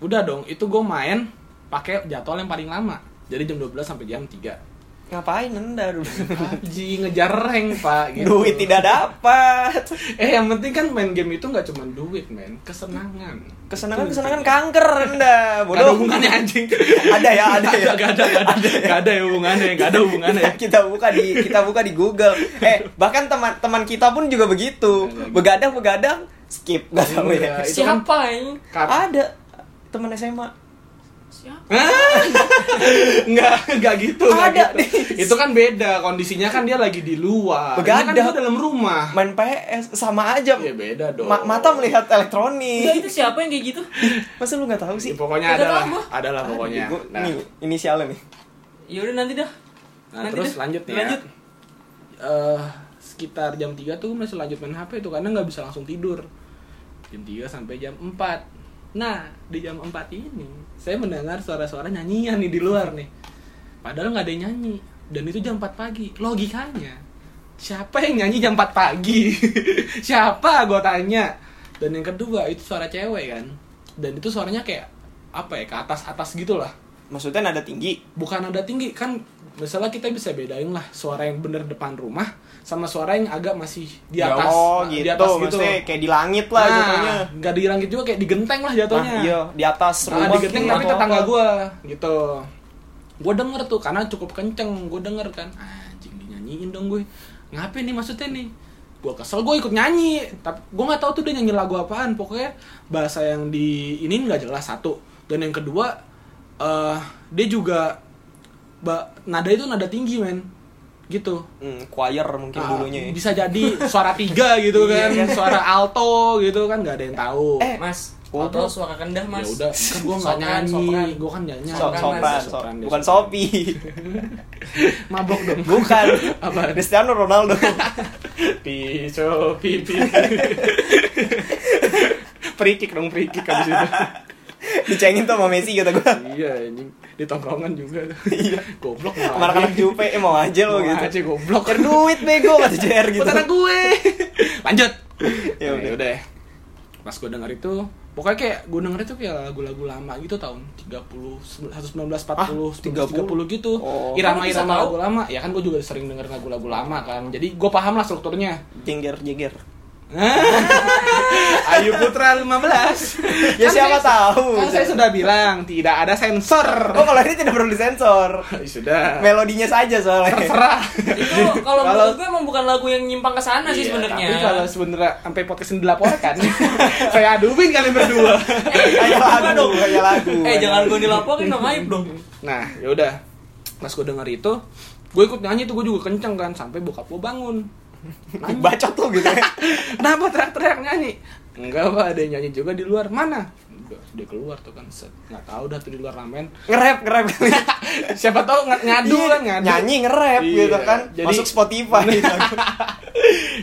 S2: udah dong itu gue main pakai jadwal yang paling lama jadi jam 12 sampai jam 3
S1: ngapain anda dulu
S2: PUBG ngejar rank pak gitu.
S1: duit tidak dapat
S2: eh yang penting kan main game itu nggak cuma duit men kesenangan
S1: kesenangan
S2: Itu
S1: kesenangan
S2: intinya.
S1: kanker anda
S2: Nggak ada
S1: bodoh
S2: hubungannya anjing
S1: ada ya ada ya
S2: Gak ada, gak ada, gak ada ya hubungannya, gak ada hubungannya
S1: Kita- kita buka di kita buka di Google eh bahkan teman teman kita pun juga begitu begadang begadang skip nggak tahu ya
S2: Iya, itu kan-
S3: Siapa ini?
S2: Kar-
S1: ada teman SMA
S3: Siapa?
S2: Nggak, nggak gitu, nggak
S1: Ada,
S2: gitu Itu kan beda, kondisinya kan dia lagi di luar Ini kan
S1: Begadang.
S2: dia dalam rumah
S1: main PS sama aja
S2: Iya, beda dong.
S1: Ma- mata melihat
S3: Enggak,
S1: elektronik
S3: itu siapa yang kayak gitu?
S1: masa lu nggak tahu sih
S2: Ya, pokoknya
S3: Udah
S2: adalah,
S3: tahu gua.
S2: adalah pokoknya
S1: Gua-
S2: Nah,
S1: nih inisialnya nih
S3: Ya udah nanti dah.
S2: Nah,
S3: Nanti
S2: terus
S3: deh.
S2: lanjut nih.
S3: Lanjut.
S2: Ya. Eh, sekitar jam 3 tuh masih lanjut main HP tuh karena nggak bisa langsung tidur. Jam 3 sampai jam 4. Nah, di jam 4 ini saya mendengar suara-suara nyanyian nih di luar nih. Padahal nggak ada yang nyanyi dan itu jam 4 pagi. Logikanya siapa yang nyanyi jam 4 pagi? siapa gue tanya. Dan yang kedua itu suara cewek kan. Dan itu suaranya kayak apa ya ke atas-atas gitu lah
S1: maksudnya nada tinggi
S2: bukan nada tinggi kan misalnya kita bisa bedain lah suara yang bener depan rumah sama suara yang agak masih di atas
S1: oh
S2: nah,
S1: gitu,
S2: di atas gitu
S1: maksudnya kayak di langit lah jatuhnya
S2: nah nggak di langit juga kayak di genteng lah jatuhnya
S1: Nah, iya di atas
S2: Nah,
S1: rumah
S2: di genteng
S1: gitu.
S2: tapi tetangga gua gitu gue denger tuh karena cukup kenceng gue denger kan anjing dinyanyiin dong gue ngapain nih maksudnya nih gue kesel gue ikut nyanyi tapi gue nggak tahu tuh dia nyanyi lagu apaan pokoknya bahasa yang di ini nggak jelas satu dan yang kedua eh dia juga ba- nada itu nada tinggi men gitu
S1: Hmm, choir mungkin
S2: Ah,
S1: dulunya ya. Iya,
S2: bisa jadi suara tiga gitu kan suara alto gitu kan nggak ada yang tahu
S1: Eh,
S3: Mas,
S1: goblok.
S3: atau suara rendah,
S2: ya
S3: Mas.
S2: udah kan gue nggak
S3: Sopran,
S2: nyanyi
S3: sopran.
S2: gue kan nyanyi
S1: So-
S3: Sopran,
S1: sopan,
S3: Mas.
S1: so-
S2: Sopran, dia
S1: bukan
S2: sopran.
S1: Sopi.
S2: mabok dong
S1: bukan.
S2: Apa?
S1: Cristiano Ronaldo.
S2: piso pipi perikik dong perikik abis itu
S1: Dicengin tuh sama Messi kata gue.
S2: iya anjing di tongkrongan juga
S1: Iya.
S2: goblok
S1: Anak-anak Jupe eh, mau aja lo
S2: gitu
S1: gitu.
S2: goblok
S1: Cer duit bego kata JR gitu.
S2: Utara gue lanjut
S1: Ya
S2: ya
S1: udah.
S2: udah pas gue denger itu pokoknya kayak gue denger itu kayak lagu-lagu lama gitu tahun 30 1940
S1: Ah,
S2: 1930 gitu
S1: Oh.
S3: Kamu bisa
S2: irama-irama
S3: tahu?
S2: lagu lama ya kan gue juga sering denger lagu-lagu lama kan jadi gue paham lah strukturnya
S1: Jengger jengger.
S2: Ayu Putra 15
S1: Ya siapa tahu.
S2: kan saya sudah bilang tidak ada sensor
S1: Oh kalau ini tidak perlu disensor.
S2: sudah
S1: Melodinya saja soalnya.
S2: terserah
S3: Itu
S2: Kalau-
S3: kalau menurut gue emang bukan lagu yang nyimpang ke sana sih
S2: Iya,
S3: sebenarnya.
S2: tapi kalau sebenarnya sampai podcast yang dilaporkan saya aduin kalian berdua
S1: Kayak lagu, kayak lagu.
S3: Eh, jangan gue dilaporin dong, aib dong.
S2: nah yaudah pas gue denger itu gue ikut nyanyi tuh gue juga kenceng kan sampai bokap gue bangun Nanya,
S1: bacot tuh gitu ya.
S2: kenapa teriak-teriak nyanyi enggak pak ada yang nyanyi juga di luar mana Udah, dia keluar tuh kan set nggak tahu dah tuh di luar ramen
S1: Ngerap, ngerap.
S2: siapa tahu ng- ngadu
S1: Iya,
S2: kan ngadu
S1: Nyanyi ngerap
S2: Iya,
S1: gitu kan.
S2: jadi-
S1: Masuk Spotify.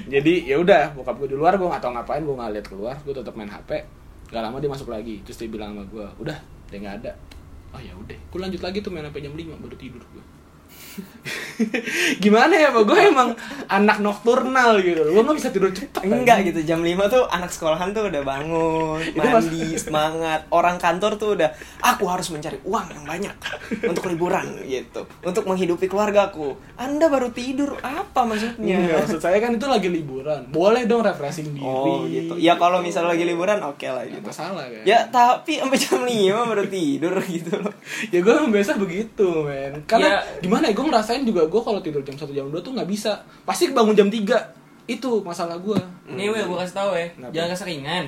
S2: jadi ya udah bokap gue di luar gue nggak tahu ngapain gue nggak lihat keluar gue tetap main hp gak lama dia masuk lagi terus dia bilang sama gue udah dia nggak ada oh ya udah gue lanjut lagi tuh main sampai jam 5 baru tidur gue gimana ya pak gue emang anak nokturnal gitu gue nggak bisa tidur cepat
S1: Enggak gitu jam 5 tuh anak sekolahan tuh udah bangun,
S2: Itu mas-
S1: mandi, semangat. Orang kantor tuh udah aku harus mencari uang yang banyak untuk liburan gitu, untuk menghidupi keluargaku. Anda baru tidur apa maksudnya?
S2: Iya, maksud saya kan itu lagi liburan boleh dong refreshing diri
S1: Oh gitu. Ya kalau misalnya lagi liburan oke lah
S2: Nggak
S1: gitu.
S2: masalah kan
S1: Ya tapi sampai jam 5 baru tidur gitu loh.
S2: ya gue emang biasa begitu men karena
S3: Ya.
S2: gimana ya gue ngerasain juga gue kalau tidur jam 1 jam 2 tuh nggak bisa pasti bangun jam 3 itu masalah gue
S3: Nih, gue gue kasih tahu ya.
S2: Kenapa?
S3: Jangan keseringan.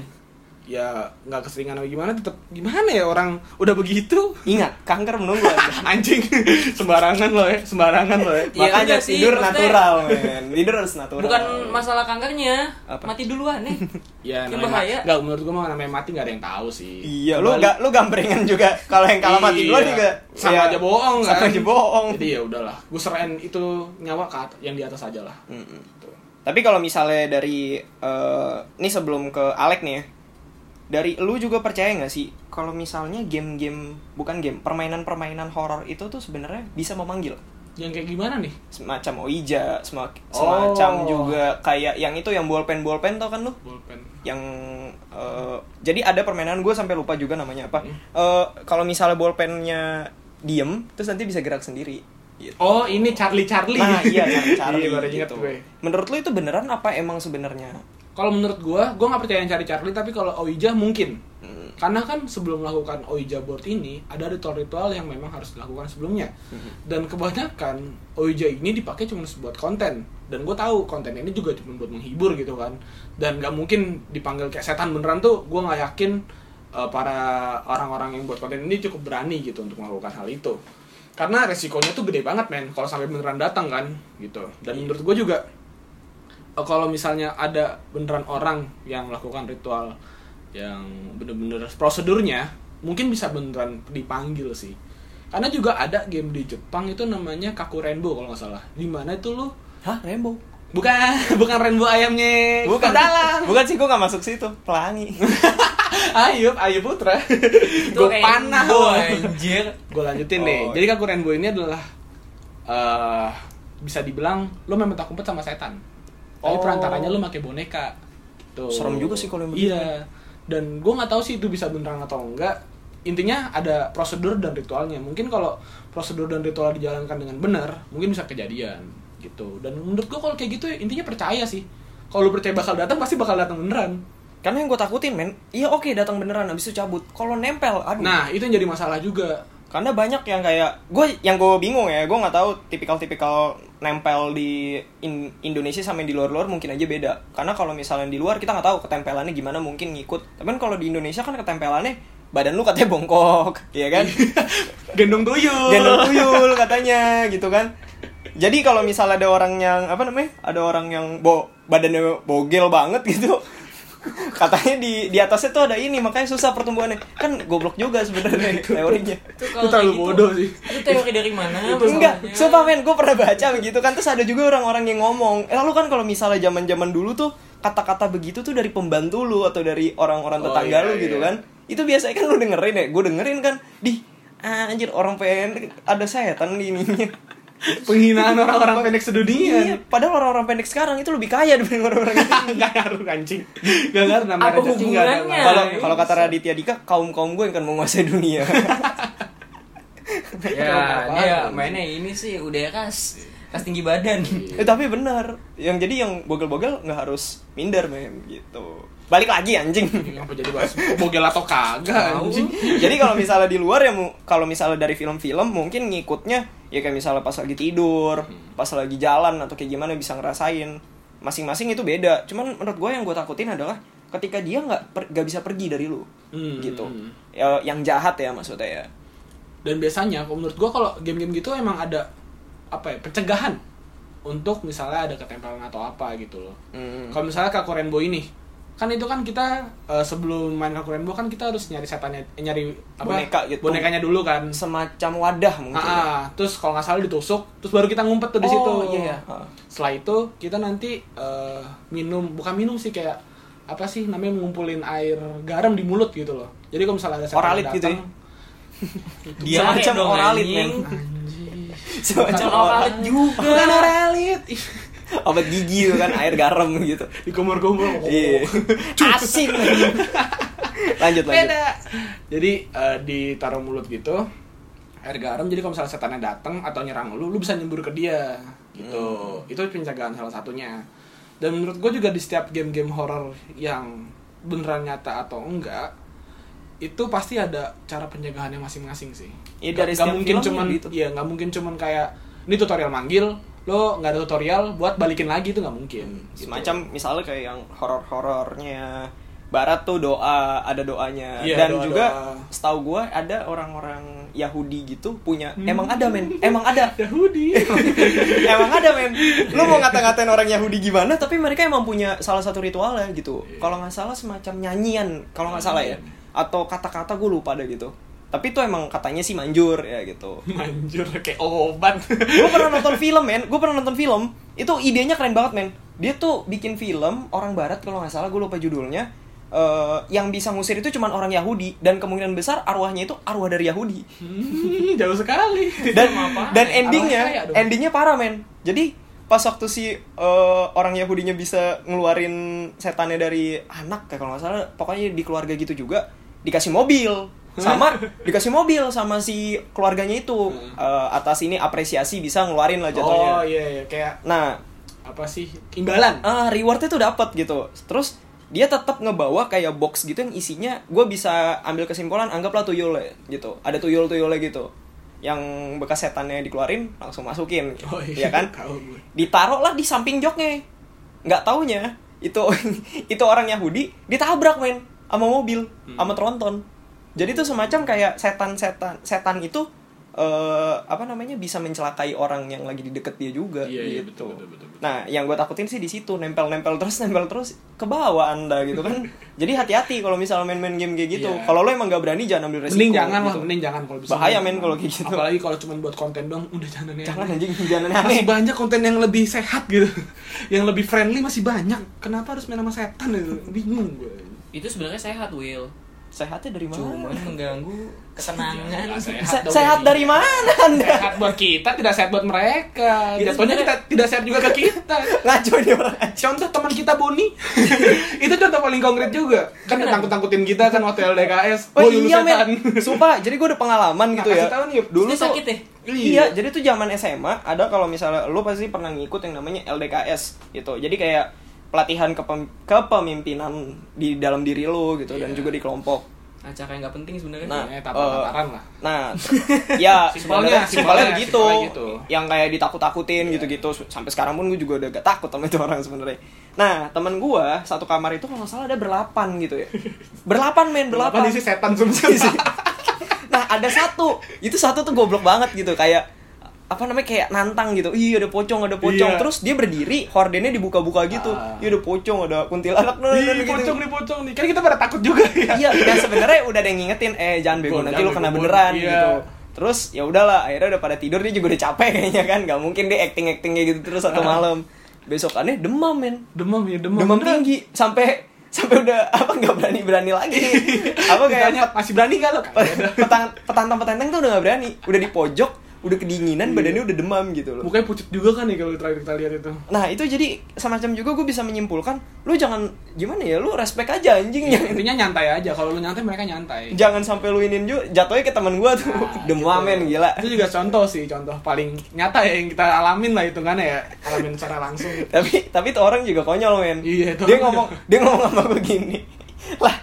S2: ya nggak keseringan apa gimana tetap gimana ya orang udah begitu
S1: Ingat, kanker menunggu aja.
S2: anjing sembarangan loh ya sembarangan loh ya
S3: Iya,
S1: Makanya
S3: udah sih,
S1: tidur
S3: maksudnya-
S1: natural, men. Tidur harus natural.
S3: Bukan masalah kankernya,
S1: Apa?
S3: mati duluan nih.
S2: ya
S3: Ini
S2: namanya
S3: bahaya.
S2: nggak menurut gue mah namanya mati nggak ada yang tahu sih
S1: Iya, lu ga, lu gambrengan juga. Kalau yang kalah mati duluan
S2: Iya.
S1: juga
S2: sama
S1: ya,
S2: aja bohong kan
S1: Sama aja bohong.
S2: jadi ya udahlah gue serain itu nyawa ke at- yang di atas aja lah
S1: Mm-mm.
S2: Gitu.
S1: Tapi kalau misalnya dari eh, ini sebelum ke Alek nih ya. Dari lu juga percaya nggak sih kalau misalnya game-game bukan game, permainan-permainan horor itu tuh sebenarnya bisa memanggil
S2: yang kayak gimana nih
S1: semacam Ouija, semak-
S2: Oh.
S1: semacam juga kayak yang itu yang bolpen-bolpen tau kan lu?
S2: bolpen
S1: yang eh, jadi ada permainan gue sampai lupa juga namanya apa
S2: Hmm.
S1: Eh, kalau misalnya bolpennya diem terus nanti bisa gerak sendiri gitu.
S2: oh ini Charlie Charlie
S1: nah iya cara cari
S2: Iya, baru ingat
S1: gitu.
S2: gue.
S1: menurut lu itu beneran apa emang sebenarnya
S2: Kalau menurut gua, gua nggak percaya yang cari Charlie, tapi kalau Ouija mungkin. Karena kan sebelum melakukan Ouija board ini, ada ritual-ritual yang memang harus dilakukan sebelumnya. Dan kebanyakan Ouija ini dipakai cuma buat konten. Dan gue tahu konten ini juga cuma buat menghibur gitu kan. Dan nggak mungkin dipanggil kayak setan beneran tuh, gua nggak yakin eh, para orang-orang yang buat konten ini cukup berani gitu untuk melakukan hal itu. Karena resikonya tuh gede banget men, kalau sampai beneran datang kan gitu. Dan menurut gue juga Eh, kalau misalnya ada beneran orang yang melakukan ritual yang bener-bener prosedurnya mungkin bisa beneran dipanggil sih karena juga ada game di Jepang itu namanya kaku rainbow kalau nggak salah di mana itu lu
S1: hah rainbow
S2: bukan bukan rainbow ayamnya
S1: bukan
S2: dalam
S1: bukan sih gue nggak masuk situ pelangi
S2: ayub ayub putra
S3: Itu
S2: gue panah
S3: rainbow, eh.
S2: lo.
S3: anjir.
S2: gue lanjutin
S1: Oh,
S2: nih
S1: iya.
S2: jadi kaku rainbow ini adalah eh bisa dibilang lo memang tak umpet sama setan tapi
S1: Oh.
S2: perantaranya lo pakai boneka Tuh.
S1: Serem juga sih kalau yang begitu.
S2: iya dan gue nggak tahu sih itu bisa beneran atau enggak intinya ada prosedur dan ritualnya mungkin kalau prosedur dan ritual dijalankan dengan benar mungkin bisa kejadian gitu dan menurut gue kalau kayak gitu intinya percaya sih kalau lo percaya bakal datang pasti bakal datang beneran
S1: karena yang gue takutin men iya oke datang beneran habis itu cabut kalau nempel aduh
S2: nah itu yang jadi masalah juga
S1: karena banyak yang kayak gue yang gue bingung ya gue nggak tahu tipikal-tipikal nempel di in- Indonesia sama yang di luar-luar mungkin aja beda karena kalau misalnya di luar kita nggak tahu ketempelannya gimana mungkin ngikut tapi kan kalau di Indonesia kan ketempelannya badan lu katanya bongkok ya kan
S2: gendong tuyul
S1: gendong tuyul katanya gitu kan Jadi kalau misalnya ada orang yang apa namanya? Ada orang yang bo badannya bogel banget gitu. Katanya di di atasnya tuh ada ini makanya susah pertumbuhannya. Kan goblok juga sebenarnya teorinya.
S2: Nah, Itu
S3: Itu kalau
S2: terlalu
S3: kayak gitu,
S2: bodoh sih.
S3: Itu teori dari mana?
S1: Enggak,
S3: masalahnya?
S1: sumpah men, gue pernah baca begitu kan Terus ada juga orang-orang yang ngomong eh, Lalu kan kalau misalnya zaman zaman dulu tuh Kata-kata begitu tuh dari pembantu lu Atau dari orang-orang
S2: Oh,
S1: tetangga
S2: iya,
S1: lu gitu
S2: iya.
S1: kan Itu biasanya kan lu dengerin ya Gue dengerin kan Dih, anjir orang pengen Ada setan di ininya
S2: Penghinaan orang-orang pendek sedunia.
S1: Iya, padahal orang-orang pendek sekarang itu lebih kaya dibanding orang-orang ini
S2: Gak ngaruh anjing. Gak ngaruh nama
S3: Apa
S2: rezeki nggak ada
S3: hubungannya?
S2: ngaruh.
S1: Kalau kalau kata Raditya Dika, kaum-kaum gue yang akan menguasai dunia
S2: Iya,
S3: Ya,
S2: Apaan?
S3: dia mainnya ini sih udah kas kas tinggi badan.
S1: Eh, tapi benar, yang jadi yang bogel-bogel nggak harus minder men gitu. Balik lagi anjing.
S2: Apa jadi bahas bogel atau kagak
S3: Tahu.
S2: anjing?
S1: Jadi kalau misalnya di luar ya mu- kalau misalnya dari film-film mungkin ngikutnya ya kayak misalnya pas lagi tidur, pas lagi jalan atau kayak gimana bisa ngerasain. Masing-masing itu beda. Cuman menurut gue yang gue takutin adalah ketika dia nggak per- nggak bisa pergi dari lu
S2: Hmm.
S1: gitu. Ya, yang jahat ya maksudnya ya.
S2: dan biasanya kalau menurut gua kalau game-game gitu emang ada apa ya pencegahan untuk misalnya ada ketempelan atau apa gitu loh
S1: Hmm.
S2: kalau misalnya Kaku Rainbow ini kan itu kan kita eh, sebelum main Kaku Rainbow kan kita harus nyari setannya eh, nyari apa
S1: Boneka gitu.
S2: bonekanya dulu kan
S1: Semacam wadah mungkin. ya.
S2: Ah, ah. terus kalau nggak salah ditusuk terus baru kita ngumpet tuh di
S1: Oh,
S2: situ
S1: iya, iya. Ah.
S2: setelah itu kita nanti eh, minum bukan minum sih kayak apa sih namanya mengumpulin air garam di mulut gitu loh jadi kalau misalnya ada setan
S1: Oralit
S2: datang,
S1: gitu ya?
S3: Dia
S1: Semacam
S3: dong,
S1: oralit,
S3: anjing.
S1: men.
S2: anjing.
S1: Semacam
S3: Bukan oralit
S1: obat-
S3: juga.
S2: Bukan oralit.
S1: obat gigi tuh kan air garam gitu.
S2: Digomor-gomor.
S1: Iya. Asin. lanjut lanjut.
S2: Jadi eh, ditaruh mulut gitu. Air garam jadi kalau misalnya setannya datang atau nyerang lu, lu bisa nyembur ke dia
S1: Hmm.
S2: gitu. Itu pencegahan salah satunya. Dan menurut gue juga di setiap game-game horor yang beneran nyata atau enggak itu pasti ada cara pencegahannya masing-masing sih.
S1: Iya, dari
S2: Nggak- nggak
S1: setiap
S2: mungkin
S1: film
S2: cuman
S1: ya gitu.
S2: iya nggak mungkin cuman kayak ini tutorial manggil lo nggak ada tutorial buat balikin lagi itu nggak mungkin. Gitu.
S1: Hmm, semacam misalnya kayak yang horor-horornya barat tuh doa ada doanya
S2: Iya,
S1: dan
S2: doa-doa.
S1: juga setahu gua ada orang-orang Yahudi gitu punya
S2: Hmm.
S1: emang ada men emang ada
S2: Yahudi.
S1: emang ada men lu mau ngata-ngatain orang Yahudi gimana tapi mereka emang punya salah satu ritualnya gitu
S2: Iya.
S1: kalau nggak salah semacam nyanyian kalau nggak salah ya atau kata-kata gue lupa ada gitu tapi itu emang katanya sih manjur ya gitu
S2: Manjur kayak obat.
S1: gue pernah nonton film men gue pernah nonton film itu idenya keren banget men dia tuh bikin film orang barat kalau nggak salah gue lupa judulnya Eh, yang bisa ngusir itu cuman orang Yahudi dan kemungkinan besar arwahnya itu arwah dari Yahudi
S2: Hmm, jauh sekali.
S1: dan
S3: Film apaan?
S1: dan
S2: Arwah ya? kaya
S1: endingnya
S2: dong.
S1: endingnya parah men jadi pas waktu si eh, orang Yahudinya bisa ngeluarin setannya dari anak kayak kalau nggak salah pokoknya di keluarga gitu juga dikasih mobil sama dikasih mobil sama si keluarganya itu
S2: Hmm.
S1: Eh, atas ini apresiasi bisa ngeluarin lah jatuhnya
S2: oh iya iya kayak
S1: Nah,
S2: apa sih imbalan?
S1: ah rewardnya tuh dapat gitu. Terus dia tetap ngebawa kayak box gitu yang isinya gue bisa ambil kesimpulan anggaplah tuyul ya, gitu. Ada tuyul-tuyulnya gitu. Yang bekas setannya dikeluarin langsung masukin.
S2: Oh
S1: ya kan?
S2: Tahu gue.
S1: Ditaruh lah di samping joknya. Nggak taunya itu itu orang Yahudi ditabrak men sama mobil,
S2: Hmm.
S1: sama tronton. Jadi tuh semacam kayak setan-setan setan itu eh apa namanya bisa mencelakai orang yang lagi di deket dia juga
S2: Iya, iya,
S1: gitu.
S2: betul, betul, betul, betul.
S1: Nah, yang gue takutin sih di situ nempel-nempel terus nempel terus ke bawah anda gitu kan. Jadi hati-hati kalau misalnya main-main game kayak gitu.
S2: Iya.
S1: Kalau lo emang gak berani jangan ambil resiko.
S2: Mending jangan lah,
S1: gitu.
S2: mending jangan kalau bisa.
S1: Bahaya, men, kalau kayak gitu.
S2: Apalagi kalau cuma buat konten doang, udah jangan aneh.
S1: Jangan anjing jangan aneh.
S2: Masih banyak konten yang lebih sehat gitu. Yang lebih friendly masih banyak. Kenapa harus main sama setan gitu? Bingung gue.
S3: Itu sebenarnya sehat, Will.
S1: Sehatnya dari mana?
S3: Cuman mengganggu ketenangan.
S2: Nggak sehat.
S1: Se-
S2: dong,
S1: sehat
S2: anjing.
S1: dari mana anda?
S2: Sehat buat kita, tidak sehat buat mereka. Jatuhnya
S3: Gitu
S2: kita
S3: sebenarnya-
S2: tidak sehat juga ke kita.
S1: Ngaco nih orang.
S2: contoh teman kita Boni itu contoh paling konkret juga kan takut takutin kita kan waktu LDKS
S1: Oh
S2: Boy, lu
S1: iya
S2: setan.
S1: men, sumpah jadi gue udah pengalaman
S2: Nah,
S1: gitu ya
S2: kan. kasih tahu nih,
S1: Dulu
S3: Lu
S1: tuh,
S3: sakit ya?
S1: Iya, jadi tuh zaman SMA ada kalau misalnya lu pasti pernah ngikut yang namanya LDKS gitu. Jadi kayak pelatihan kepem- kepemimpinan di dalam diri lu gitu
S2: Iya.
S1: dan juga di kelompok.
S3: Acara yang nggak penting sebenarnya.
S1: Nah,
S2: Ya, tataran lah
S1: Nah, ya simpelnya
S2: Simpelnya, simpelnya,
S1: simpelnya begitu.
S2: simpelnya gitu. Iya.
S1: Yang kayak ditakut-takutin gitu-gitu sampai sekarang pun gue juga udah gak takut sama itu orang sebenarnya. Nah, temen gue satu kamar itu kalau nggak salah ada berlapan gitu ya. Berlapan men,
S2: berapa
S1: berlapan.
S2: diisi
S1: Iya.
S2: setan semua
S1: nah ada satu itu satu tuh goblok banget gitu kayak apa namanya kayak nantang gitu iya ada pocong ada pocong
S2: Iya.
S1: terus dia berdiri hordennya dibuka-buka gitu
S2: Ah.
S1: iya ada pocong ada kuntilanak nah, nah, nah,
S2: Ih,
S1: gitu.
S2: pocong nih pocong nih. Kan kita pada takut juga ya.
S1: iya dan sebenarnya udah ada yang ngingetin eh jangan bego
S2: Jangan
S1: nanti lu
S2: bego,
S1: kena
S2: Bon.
S1: beneran
S2: Iya.
S1: gitu terus ya udahlah akhirnya udah pada tidur dia juga udah capek kayaknya kan nggak mungkin dia acting actingnya gitu terus satu malam besokannya demam men
S2: Demam ya, Ah. demam.
S1: demam
S2: beneran.
S1: tinggi sampai sampai udah apa nggak berani berani lagi apa
S2: Iya.
S1: kayaknya
S2: Ditanya, masih berani gak lo? Kagak.
S1: petang petantang petantang tuh udah gak berani udah di pojok udah kedinginan badannya udah demam gitu loh
S2: Mukanya pucet juga kan nih kalau terakhir kita lihat itu.
S1: nah itu jadi semacam juga gue bisa menyimpulkan lu jangan gimana ya lu respect aja anjingnya
S2: Intinya nyantai aja. Kalau lu nyantai mereka nyantai.
S1: jangan sampai lu inin juga jatuhnya ke teman gue tuh
S2: Nah,
S1: demam
S2: Iya. gitu.
S1: men gila
S2: Itu juga contoh sih, contoh paling nyata ya yang kita alamin lah hitungannya ya. Alamin secara langsung.
S1: tapi tapi tuh orang juga konyol men
S2: Iya, itu
S1: dia
S2: orang
S1: ngomong
S2: juga.
S1: dia ngomong sama gue gini lah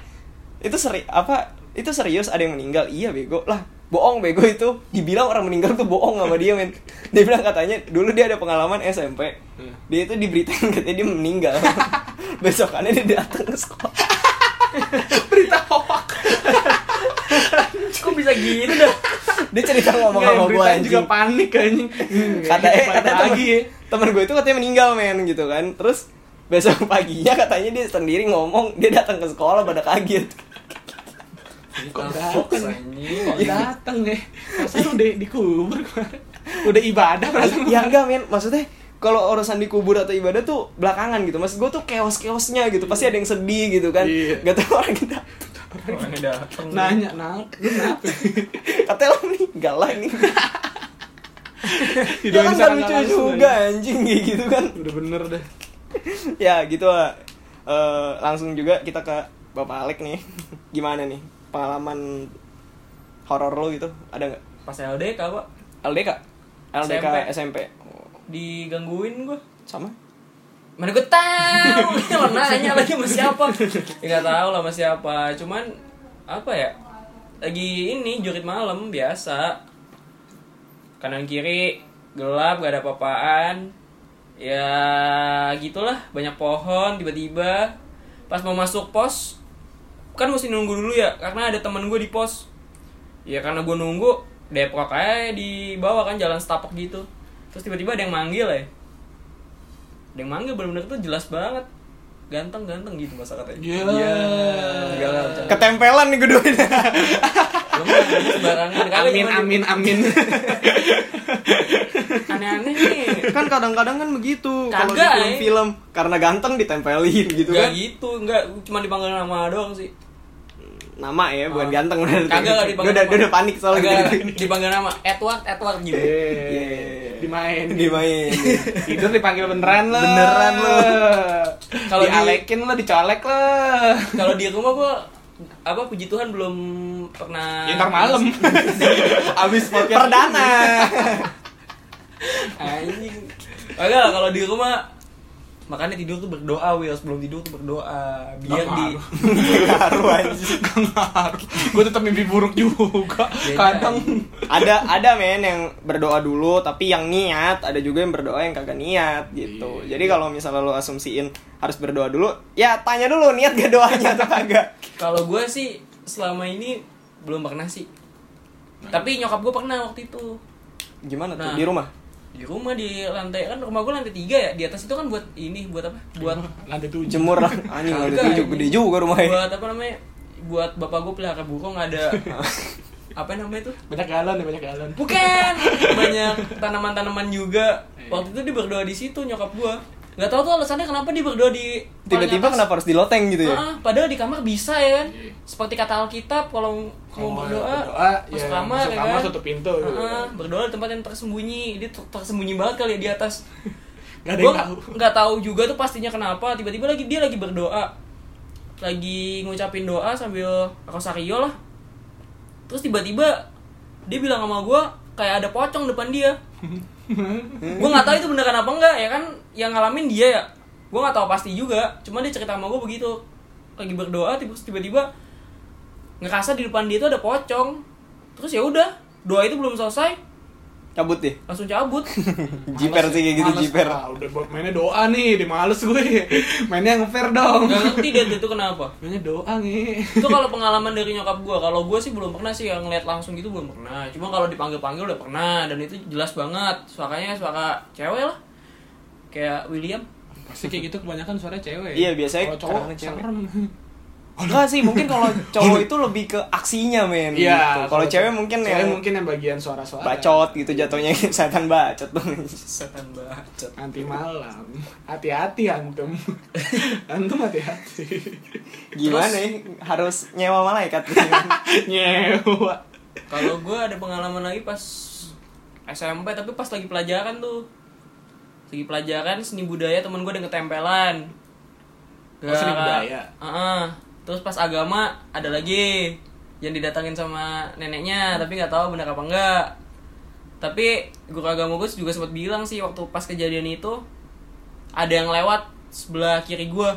S1: itu seri apa itu serius ada yang meninggal iya bego lah bohong bego itu dibilang orang meninggal tuh bohong sama dia men dia bilang katanya dulu dia ada pengalaman SMP
S2: Hmm.
S1: dia itu diberitain katanya dia meninggal besokannya dia datang ke sekolah
S2: Berita hoak.
S3: Kok bisa gitu dah?
S1: dia cerita ngomong
S2: Nggak, yang
S1: sama gue
S2: beritain Iya, juga
S1: anjing
S2: panik anjing.
S1: kata eh kata
S2: lagi ya.
S1: temen gue itu katanya meninggal men gitu kan terus besok paginya katanya dia sendiri ngomong dia datang ke sekolah pada kaget
S2: Kok
S3: Kok
S2: dateng? Kok
S3: anjing?
S2: dateng ya? Masa udah dikubur kemarin? Udah ibadah perasaan.
S1: ya enggak men maksudnya kalau urusan dikubur atau ibadah tuh belakangan gitu mas gue tuh keos keosnya gitu pasti ada yang sedih gitu kan
S2: Iya.
S1: gak tau orang kita
S3: Orang ini dateng.
S2: Nanya, nah, lu kenapa?
S1: katanya lo meninggal lah ini ya
S2: Didoain
S1: kan gak
S2: secara
S1: lucu
S2: nggak langsung,
S1: juga
S2: anjing.
S1: anjing kayak gitu kan
S2: Udah bener deh.
S1: ya gitu lah Eh, langsung juga kita ke bapak Alek nih gimana nih pengalaman horor lo gitu ada nggak
S3: Pas LDK, Pak.
S1: LDK LDK SMP, Oh,
S3: Digangguin gue.
S1: sama
S3: Mana gue tahu? Lo nanya lagi sama siapa? Ya, gak tahu lah sama siapa. Cuman apa ya? Lagi ini jurit malam biasa. Kanan kiri gelap gak ada apa-apaan. Ya gitulah banyak pohon tiba-tiba. Pas mau masuk pos kan mesti nunggu dulu ya karena ada temen gue di pos. Ya karena gue nunggu Depok aja di bawah kan jalan setapak gitu. Terus tiba-tiba ada yang manggil ya ada yang manggil bener-bener tuh jelas banget ganteng-ganteng gitu masa katanya
S2: Gila.
S3: Enggak lah, bercanda.
S1: ketempelan nih gedung
S3: Lu mah ngomong sembarangan Kagak,
S2: Amin,
S3: cuman
S2: amin, amin.
S3: aneh-aneh nih
S1: kan kadang-kadang kan begitu kalau di
S3: Kagak, eh.
S1: film-film karena ganteng ditempelin gitu kan
S3: Gak gitu, enggak, cuma dipanggil nama doang sih
S1: nama ya bukan ganteng
S3: Ah. Kagak lah dipanggil
S1: gitu. Gua udah
S3: nama.
S1: gua udah panik soalnya
S3: Kagak,
S1: gitu Iya.
S3: dipanggil nama Edward, Edward gitu
S2: Yeay. Dimain.
S1: dimain
S2: Iya. Tidur dipanggil beneran lah.
S1: Beneran lo.
S2: Kalau
S3: Kalau di-
S2: dialekin lah, dicolek lah.
S3: Kalau di rumah gua apa puji Tuhan belum pernah
S2: Ya, ntar malam. Abis podcast
S1: perdana
S3: Anjing Kagak lah, kalau di rumah Makanya tidur tuh berdoa, Will. Sebelum tidur tuh berdoa. Biar di...
S2: ngaruh.
S1: ngaruh anjing
S2: Gue tetap mimpi buruk juga.
S3: Beda.
S2: Kadang
S1: ada ada men yang berdoa dulu tapi yang niat ada juga yang berdoa yang kagak niat gitu
S2: Iya.
S1: jadi kalau misalnya lo asumsiin harus berdoa dulu ya tanya dulu niat gak doanya atau kagak
S3: Kalau gue sih selama ini belum pernah sih. Tapi nyokap gue pernah waktu itu
S1: gimana tuh
S3: Nah.
S1: di rumah
S3: di rumah di lantai kan rumah gue lantai tiga ya di atas itu kan buat ini buat apa buat
S2: nanti tuh
S1: jemur lah anjing
S3: Kagak,
S1: udah tujuh
S3: anjing.
S1: gede juga rumahnya
S3: buat apa namanya buat bapak gue pelihara burung ada apa namanya tuh
S2: banyak galon ya banyak galon.
S3: bukan banyak tanaman-tanaman juga waktu itu dia berdoa di situ nyokap gue nggak tahu tuh alasannya kenapa dia berdoa di paling
S1: tiba-tiba
S3: atas.
S1: kenapa harus diloteng gitu ya
S3: Ah, padahal di kamar bisa ya kan
S2: Iya.
S3: seperti kata Alkitab kalau mau berdoa,
S2: berdoa, ya,
S3: masuk kamar
S2: masuk
S3: ya
S2: kamar,
S3: kan?
S2: tutup pintu,
S3: Ah,
S2: gitu.
S3: ah, berdoa di tempat yang tersembunyi dia ter- tersembunyi banget kali ya di atas
S2: Gak ada
S3: Gua
S2: yang tahu.
S3: nggak tahu juga tuh pastinya kenapa tiba-tiba lagi dia lagi berdoa lagi ngucapin doa sambil rosario lah terus tiba-tiba dia bilang sama gue kayak ada pocong depan dia gue nggak tahu itu beneran apa enggak ya kan yang ngalamin dia ya gue nggak tahu pasti juga cuma dia cerita sama gue begitu lagi berdoa tiba- tiba-tiba ngerasa di depan dia itu ada pocong terus ya udah doa itu belum selesai
S1: cabut deh
S3: langsung cabut
S1: jiper sih kayak gitu
S2: Males,
S1: jiper
S2: ah, udah buat mainnya doa nih, dia males gue. Mainnya ngefair dong.
S3: nggak ngerti dia itu kenapa
S2: Mainnya doa nih.
S3: itu kalau pengalaman dari nyokap gue kalau gue sih belum pernah sih yang ngeliat langsung gitu belum pernah cuma kalau dipanggil panggil udah pernah dan itu jelas banget suaranya suara cewek lah kayak William
S2: Pasti kayak gitu kebanyakan suaranya cewek.
S1: Iya, biasanya
S2: Kalau cowok
S1: kadang-kadang cewek.
S2: serem.
S1: enggak sih mungkin kalau cowok itu lebih ke aksinya men gitu. kalau cewek mungkin
S2: Iya, cewek
S1: yang
S2: mungkin yang bagian suara-suara.
S1: bacot gitu jatuhnya setan bacot dong
S3: setan bacot
S2: Nanti malam. Hati-hati antum. antum hati-hati.
S1: gimana ya harus nyewa malaikat
S2: Nyewa.
S3: kalau gue ada pengalaman lagi pas SMP tapi pas lagi pelajaran tuh lagi pelajaran seni budaya temen gue ada yang ketempelan
S2: Oh, seni
S3: Gara-
S2: budaya.
S3: Heeh. terus pas agama ada lagi yang didatangin sama neneknya tapi nggak tahu bener apa enggak tapi guru agama gue juga sempat bilang sih waktu pas kejadian itu ada yang lewat sebelah kiri gue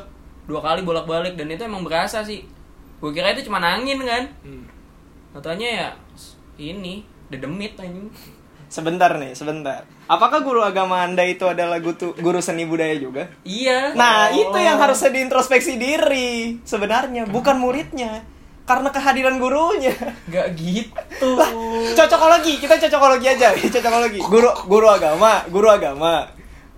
S3: dua kali bolak-balik dan itu emang berasa sih gue kira itu cuma angin kan
S2: Hmm.
S3: Katanya ya ini dedemit anjing.
S1: sebentar nih sebentar apakah guru agama anda itu adalah gutu- guru seni budaya juga
S3: Iya.
S1: Nah, itu yang harusnya diintrospeksi diri sebenarnya, bukan muridnya. Karena kehadiran gurunya.
S3: nggak gitu.
S1: Lah, cocokologi, kita cocokologi aja, cocokologi. Guru guru agama, guru agama.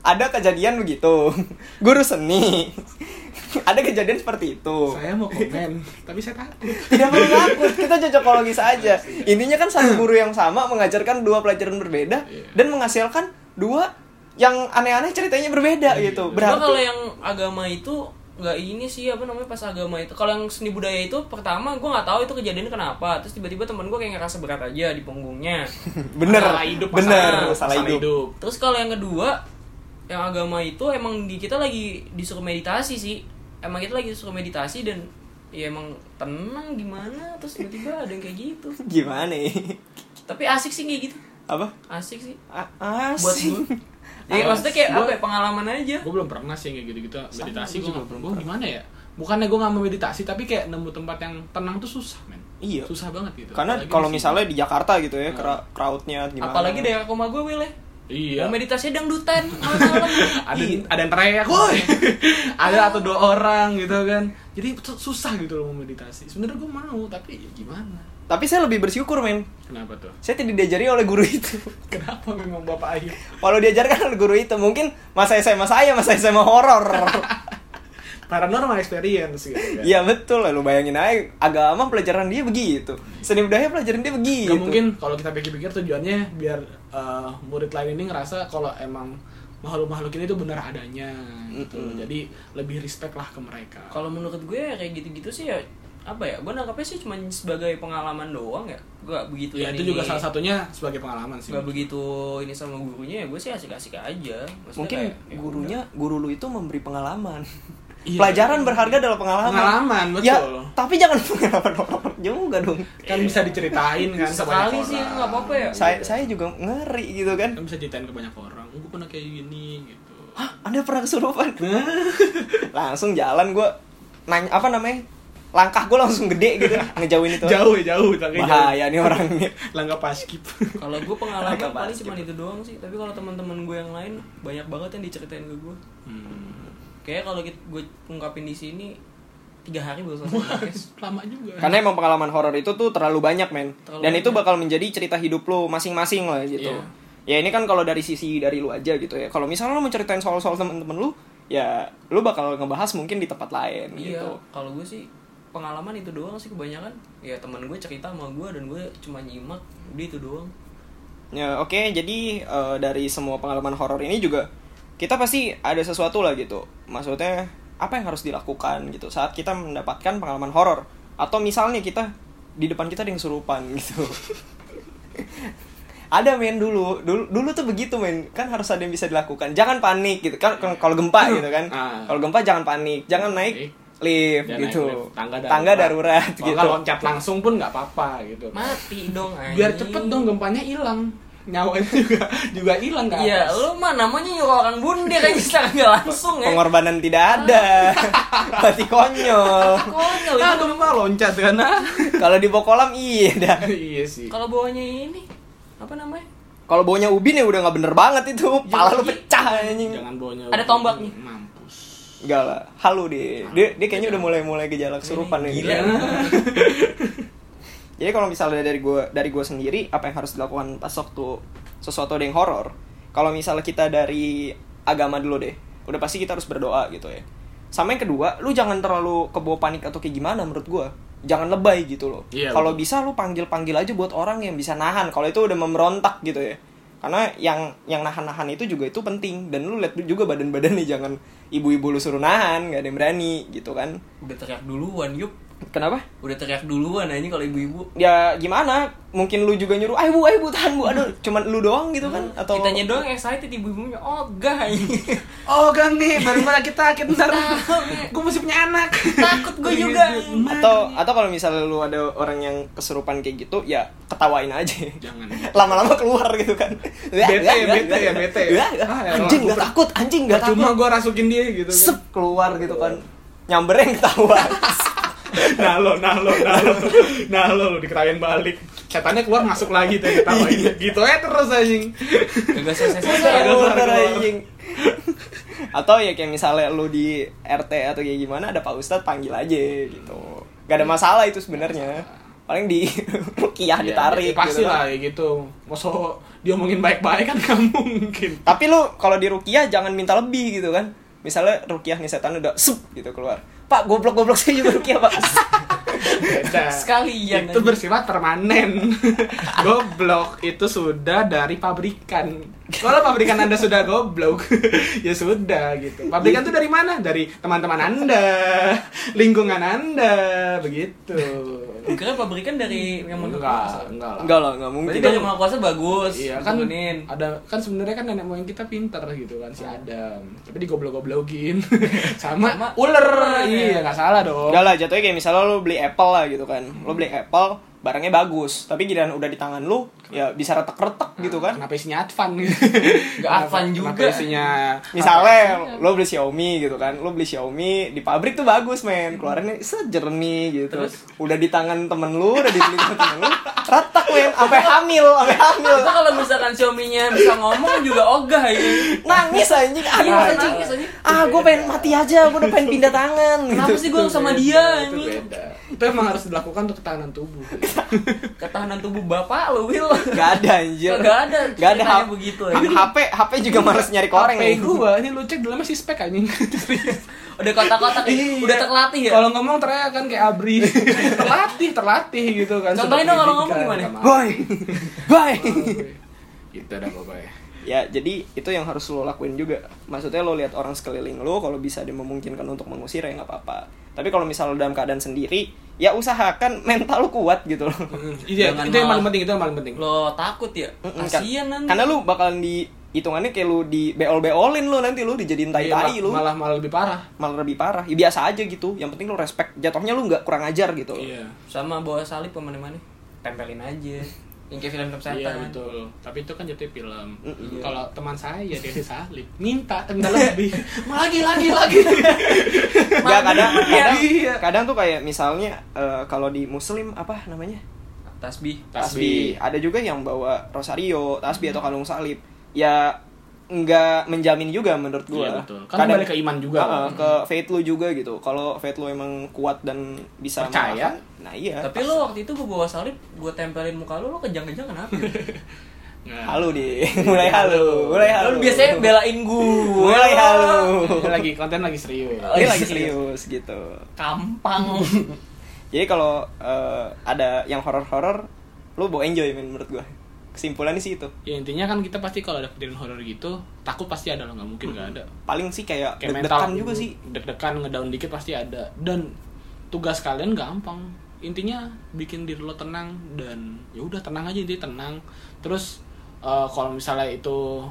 S1: Ada kejadian begitu. Guru seni. Ada kejadian seperti itu.
S2: Saya mau komen, tapi saya takut.
S1: Tidak perlu takut, kita cocokologi saja. Intinya kan satu guru yang sama mengajarkan dua pelajaran berbeda
S2: Iya.
S1: dan menghasilkan dua yang aneh-aneh ceritanya berbeda
S2: Iya.
S1: gitu.
S3: Cuma kalau
S1: Berarti
S3: yang agama itu nggak ini sih apa namanya pas agama itu kalau yang seni budaya itu pertama gue nggak tahu itu kejadian kenapa terus tiba-tiba temen gue kayak ngerasa berat aja di punggungnya
S1: bener,
S2: Masalah hidup,
S1: bener,
S2: masalah-
S1: salah
S2: masalah
S1: hidup.
S3: terus kalau yang kedua yang agama itu emang di kita lagi disuruh meditasi sih emang kita lagi disuruh meditasi dan ya emang tenang gimana terus tiba-tiba ada yang kayak gitu
S1: Gimana ya?
S3: tapi asik sih kayak gitu
S1: Apa?
S3: asik sih
S1: A-
S3: buat
S1: asing.
S3: gue. Jadi maksudnya kayak apa ya, pengalaman aja.
S2: gue belum pernah sih kayak gitu-gitu
S1: gua
S2: meditasi gue
S1: juga
S2: nggak
S1: belum
S2: gue gimana ya bukannya gue nggak mau meditasi tapi kayak nemu tempat yang tenang tuh susah men
S1: Iya.
S2: susah banget gitu
S1: Karena
S2: Apalagi
S1: kalau
S2: di sini.
S1: misalnya di Jakarta gitu ya,
S2: Hmm.
S1: kera- crowdnya gimana?
S3: Apalagi daerah koma gue Will ya.
S2: iya
S3: Mau meditasi dangdutan malam-malam.
S2: ada
S1: Iya.
S2: ada yang teriak woi ada atau dua orang gitu kan jadi su- susah gitu loh mau meditasi sebenarnya gue mau tapi ya gimana
S1: Tapi saya lebih bersyukur, men.
S2: kenapa tuh
S1: Saya tidak diajari oleh guru itu.
S2: kenapa memang bapak ayu
S1: Kalau diajarkan oleh guru itu, mungkin masa SMA saya, masa SMA horor.
S2: paranormal experience gitu kan
S1: Iya betul lah, lu bayangin aja agama pelajaran dia begitu. Seni budaya pelajaran dia begitu.
S2: Gak mungkin kalau kita pikir-pikir tujuannya biar eh, murid lain ini ngerasa kalau emang makhluk-makhluk ini tuh benar adanya gitu.
S1: Mm-mm.
S2: Jadi lebih respect lah ke mereka.
S3: Kalau menurut gue ya kayak gitu-gitu sih ya apa ya? Gue nangkapnya sih cuma sebagai pengalaman doang ya. Gue nggak begitu
S2: Ya,
S3: yang
S2: itu
S3: ini-
S2: juga salah satunya sebagai pengalaman sih.
S3: nggak begitu ini sama gurunya ya gue sih asik-asik aja. Maksudnya
S1: Mungkin
S3: kayak, ya
S1: gurunya, guru lu itu memberi pengalaman.
S2: Iya.
S1: Pelajaran berharga adalah pengalaman.
S2: Pengalaman,
S1: Ya,
S2: betul.
S1: tapi jangan pengalaman horor juga dong.
S2: Kan bisa diceritain kan ke
S3: Sekali
S2: banyak
S3: sih,
S2: orang.
S3: nggak apa-apa ya.
S1: Saya saya juga ngeri gitu kan.
S2: Kan bisa ceritain ke banyak orang. Oh, gue pernah kayak gini gitu.
S1: Anda pernah kesurupan? langsung jalan gue nanya apa namanya? Langkah gue langsung gede gitu ngejauhin itu.
S2: jauh ya jauh tapi
S1: Bahaya nih orang nih.
S2: jauh. Langkah pas skip.
S3: udah. Kalau gue pengalaman
S1: Agak
S3: paling
S1: basket.
S3: cuma
S2: gitu.
S3: itu doang sih. Tapi kalau teman-teman gue yang lain banyak banget yang diceritain ke gue.
S2: Hmm.
S3: Kayaknya kalau kita- gue ungkapin di sini tiga hari baru selesai podcast.
S2: Lama juga.
S1: Karena emang pengalaman horor itu tuh terlalu banyak men.
S3: Terlalu
S1: Dan itu
S3: banyak.
S1: bakal menjadi cerita hidup lo masing-masing lah gitu. Ya
S2: Iya.
S1: ini kan kalau dari sisi dari lu aja gitu ya. Kalau misalnya lu mau ceritain soal-soal temen-temen lu, ya lu bakal ngebahas mungkin di tempat lain
S3: Iya,
S1: gitu.
S3: kalau gue sih pengalaman itu doang sih kebanyakan. Ya teman gue cerita sama gue dan gue cuma nyimak, udah itu doang.
S1: Ya, oke, jadi eh, dari semua pengalaman horor ini juga kita pasti ada sesuatu lah gitu. Maksudnya apa yang harus dilakukan gitu saat kita mendapatkan pengalaman horor atau misalnya kita di depan kita ada yang kesurupan gitu. ada men dulu, dulu dulu tuh begitu men. Kan harus ada yang bisa dilakukan. Jangan panik gitu. Kan kan kalau gempa gitu kan.
S2: Ah.
S1: Kalau gempa jangan panik, jangan naik
S2: Naik.
S1: lift
S2: Dan
S1: gitu.
S2: Ya, naik lift, Tangga darurat.
S1: darurat,
S2: Kalau
S1: gitu.
S2: nggak loncat langsung pun nggak apa-apa gitu.
S3: Mati dong anjing.
S2: biar cepet dong gempanya hilang nyawanya juga juga hilang nggak
S3: Iya,
S2: atas.
S3: lu mah namanya nyuruh orang bunda kan bisa nggak langsung ya.
S1: Pengorbanan tidak ada. Berarti konyol.
S3: Konyol
S2: ah
S3: itu.
S2: gempa loncat kan ah.
S1: Kalau di bawah kolam iya dah.
S2: iya sih
S3: Kalau bawahnya ini apa namanya?
S1: Kalau baunya ubin ya udah nggak bener banget itu. Pala lu
S3: gitu.
S1: pecah anjing.
S2: Jangan bawanya.
S3: Ada tombaknya.
S2: Mampus.
S1: Enggak lah, halu dia. Dia, dia kayaknya udah mulai-mulai gejala kesurupan nih.
S3: Gila.
S1: Jadi kalau misalnya dari gue dari gua sendiri apa yang harus dilakukan pas waktu sesuatu ada yang horor. Kalau misalnya kita dari agama dulu deh, udah pasti kita harus berdoa gitu ya. Sama yang kedua, lu jangan terlalu kebawa panik atau kayak gimana menurut gua. Jangan lebay gitu loh.
S2: Iya,
S1: kalau
S2: betul.
S1: bisa lu panggil-panggil aja buat orang yang bisa nahan. Kalau itu udah memberontak gitu ya. Karena yang yang nahan-nahan itu juga itu penting dan lu lihat juga badan-badan nih jangan ibu-ibu lu suruh nahan, nggak ada yang berani gitu kan.
S3: Udah teriak duluan, yup.
S1: Kenapa?
S3: Udah teriak duluan aja kalau ibu-ibu.
S1: ya gimana mungkin lu juga nyuruh ayo bu ayo bu tahan bu aduh cuman lu doang gitu kan atau
S3: Hmm, Kitanya doang ya. excited ibu-ibunya ogah
S2: Oh gang nih, baru-baru kita sakit ntar Iya,
S3: Tahu, Nek.
S2: Gue masih punya anak
S3: Takut gue juga.
S1: atau atau kalau misalnya lu ada orang yang kesurupan kayak gitu ya ketawain aja
S2: Jangan.
S1: lama-lama keluar gitu kan Wah,
S2: Bete,
S1: wah, wah,
S2: bete ya,
S1: wah,
S2: bete ya.
S1: wah, wah.
S2: Ah, ya,
S1: anjing
S2: lah,
S1: gak
S2: gua-
S1: takut anjing gak takut
S2: Cuma gue rasukin dia gitu
S1: sep keluar gitu kan nyambernya yang ketawa
S2: Nalo, nalo, nalo Nalo, diketawain balik Setannya keluar masuk lagi tuh diketawain Gitu aja terus anjing
S3: Kagak selesai
S1: Bener,
S3: selesai.
S1: bener, anjing. atau ya kayak misalnya lu di RT atau kayak gimana ada Pak Ustadz panggil aja gitu gak ada masalah itu sebenarnya paling di rukiah
S2: Ya,
S1: ditarik
S2: Pasti
S1: gitu kan.
S2: lah kayak gitu Masa dia omongin baik-baik kan gak mungkin
S1: tapi lu kalau di rukiah jangan minta lebih gitu kan misalnya rukiah nih setan udah sup gitu keluar Pak goblok goblok saya juga rukiah Pak
S2: Beda.
S3: Sekalian
S2: Itu
S3: aja.
S2: bersifat permanen Goblok itu sudah dari pabrikan Kalau pabrikan anda sudah goblok Ya sudah gitu Pabrikan itu dari mana? Dari teman-teman anda Lingkungan anda Begitu
S3: Kira pabrikan dari yang mau
S2: Enggak, enggak lah
S1: enggak lah enggak mungkin
S3: Berarti dari maha kuasa bagus.
S2: Iya kan
S3: Turunin.
S2: ada kan sebenarnya kan nenek moyang kita pinter gitu kan si Adam. Tapi digoblok-goblokin sama,
S3: Hmm. Sama
S2: ular.
S3: ular,
S2: Iya,
S3: ya.
S2: enggak salah dong.
S1: Enggak lah, jatuhnya kayak misalnya lu beli Apple lah gitu kan. Lu beli Apple, barangnya bagus, tapi giliran udah di tangan lu, ya bisa retek-retek gitu kan.
S2: Kenapa isinya Advan?
S3: Nggak Advan juga.
S2: Kenapa isinya
S1: Misalnya lo beli Xiaomi gitu kan, lo beli Xiaomi di pabrik tuh bagus men, keluarannya set jernih gitu.
S3: Hmm. Terus?
S1: Udah di tangan temen lu, udah dibeli sama temen lu, retak men, sampai hamil, sampai hamil,
S3: Itu kalau misalkan Xiaomi-nya bisa ngomong juga ogah ya.
S1: nangis anjing,
S3: Iya,
S1: aduh anjing.
S3: nangis anjing.
S1: Ah, gue pengen mati aja, gue udah pengen pindah tangan.
S3: Kenapa
S1: Gitu.
S3: sih gue sama dia
S2: Itu
S3: ini?
S2: beda. Itu emang harus dilakukan untuk ketahanan tubuh.
S3: Ketahanan tubuh bapak lu, Will.
S1: Gak ada anjir.
S3: Gak ada,
S1: Gak ada
S3: ceritanya
S1: hap-
S3: begitu,
S1: ha-
S3: anjing. Iya,
S1: HP, HP juga males nyari ya. koreng.
S2: HP gua ini lu cek dalamnya si spek anjing. Serius.
S3: Udah kotak-kotak, ya? udah terlatih ya.
S2: Kalau ngomong teriak kan kayak abri. terlatih, terlatih gitu kan.
S3: Contohin
S2: Sudah
S3: dong kalau ngomong
S2: pendidikan,
S3: gimana?
S2: sama-
S1: Boy. Boy.
S2: Gitu dah pokoknya.
S1: ya jadi itu yang harus lo lakuin juga maksudnya lo lihat orang sekeliling lo kalau bisa dia memungkinkan untuk mengusir ya nggak apa-apa tapi kalau misalnya lo dalam keadaan sendiri ya usahakan mental lo kuat gitu loh
S2: Iya,
S3: Jangan
S2: itu yang
S3: malah-
S2: paling penting, itu yang paling penting.
S3: Lo takut ya?
S1: Mm-mm,
S3: Kasian
S1: kan-
S3: nanti.
S1: karena lo bakalan di hitungannya kayak lo di beol beolin lo nanti lo dijadiin tai tai
S2: Iya,
S1: lo
S2: malah malah lebih parah.
S1: malah lebih parah ya, biasa aja gitu yang penting lo respect jatuhnya lo nggak kurang ajar gitu loh.
S3: Iya. sama bawa salib kemana-mana tempelin aja yang kayak film-film setan
S2: Iya betul. Tapi itu kan jatuh film.
S3: Iya.
S2: Kalau teman saya dia disalib, minta minta lebih. Mau lagi lagi lagi.
S1: Nggak, Ya, kadang,
S3: Iya.
S1: kadang, kadang tuh kayak misalnya eh, kalau di muslim apa namanya
S3: tasbih
S1: tasbih. Ada juga yang bawa rosario, tasbih atau kalung salib. Ya nggak menjamin juga menurut gua.
S2: Iya, betul. Kan balik ke iman juga,
S1: Heeh,
S2: kan?
S1: ke faith lu juga gitu. Kalau faith lu emang kuat dan bisa
S2: Percaya.
S1: mengalahkan, Nah, iya.
S3: tapi lo waktu itu gue bawa salib gue tempelin muka lo lo kejang-kejang kenapa ya?
S1: halu di mulai
S2: Iya,
S1: halu, mulai halu.
S3: lo biasanya belain gue
S1: mulai halu.
S2: Nah. lagi konten lagi serius.
S1: Ini lagi serius gitu.
S3: kampang
S1: Jadi kalau eh, ada yang horor-horor, lu bawa enjoy men, menurut gua. Kesimpulannya sih itu.
S2: Ya intinya kan kita pasti kalau ada kejadian horor gitu, takut pasti ada lah, nggak mungkin nggak ada.
S1: Paling sih kayak,
S2: Kayak
S1: Hmm. deg-degan
S2: mental
S1: juga sih.
S2: Deg-degan ngedown dikit pasti ada. Dan tugas kalian gampang. Intinya bikin diri lo tenang dan ya udah tenang aja intinya tenang. Terus eh, kalau misalnya itu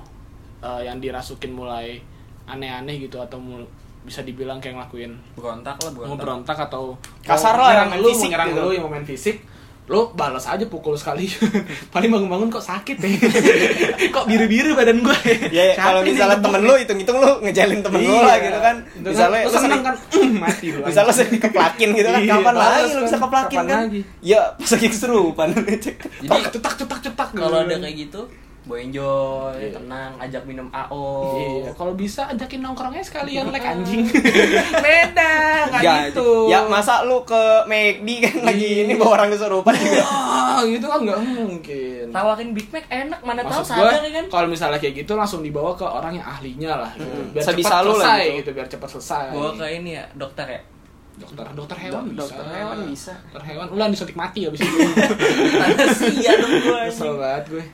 S2: eh, yang dirasukin mulai aneh-aneh gitu atau mul- bisa dibilang kayak ngelakuin
S3: berontak lah
S2: mau
S3: berontak
S2: berontak atau
S1: Kasar
S2: mau
S1: lah,
S2: nyerang
S1: main
S2: lu,
S1: fisik
S2: mau nyerang
S1: gitu.
S2: lu yang mau main fisik lo balas aja pukul sekali paling bangun-bangun kok sakit ya kok biru-biru badan gue
S1: Ya, ya, kalau misalnya temen lu hitung-hitung lu ngejalin temen lu lah gitu kan. Misalnya
S2: misalnya
S1: lu
S2: lo Iya. seneng
S1: sering-
S2: kan "Mm, mati lu
S1: Misalnya lu sering keplakin gitu kan.
S2: Iya,
S1: Kapan
S2: males
S1: lagi lu
S2: kan.
S1: bisa keplakin
S2: Kapan
S1: kan?
S2: lagi?
S1: Ya, pas lagi keserupan.
S3: jadi
S2: cetak cetak cetak
S3: kalau ada kayak gitu boy enjoy
S2: Iya.
S3: tenang ajak minum ao
S2: Iya, kalau bisa ajakin nongkrongnya sekalian like
S3: Ah.
S2: anjing. Beda, nggak
S1: Nggak,
S2: gitu. Iya.
S1: Ya masa lu ke McD kan lagi ini bawa orang kesurupan juga.
S2: Wah, gitu kan nggak mungkin.
S3: tawarin Big Mac enak mana tahu
S2: Maksud
S3: sadar ya
S2: gue,
S3: kan
S2: kalau misalnya kayak gitu langsung dibawa ke orang yang ahlinya lah, gitu.
S1: Hmm.
S2: biar
S1: Sebisa lu
S2: cepat
S1: lah
S2: selesai,
S1: gitu.
S2: gitu. biar cepat selesai.
S3: gue ke ini ya dokter ya
S2: Dokter, dokter hewan
S1: Dok-
S2: bisa.
S1: dokter hewan bisa.
S2: Dokter hewan, ulan disuntik mati abis itu.
S3: sia dong gue
S2: Kesel banget gue.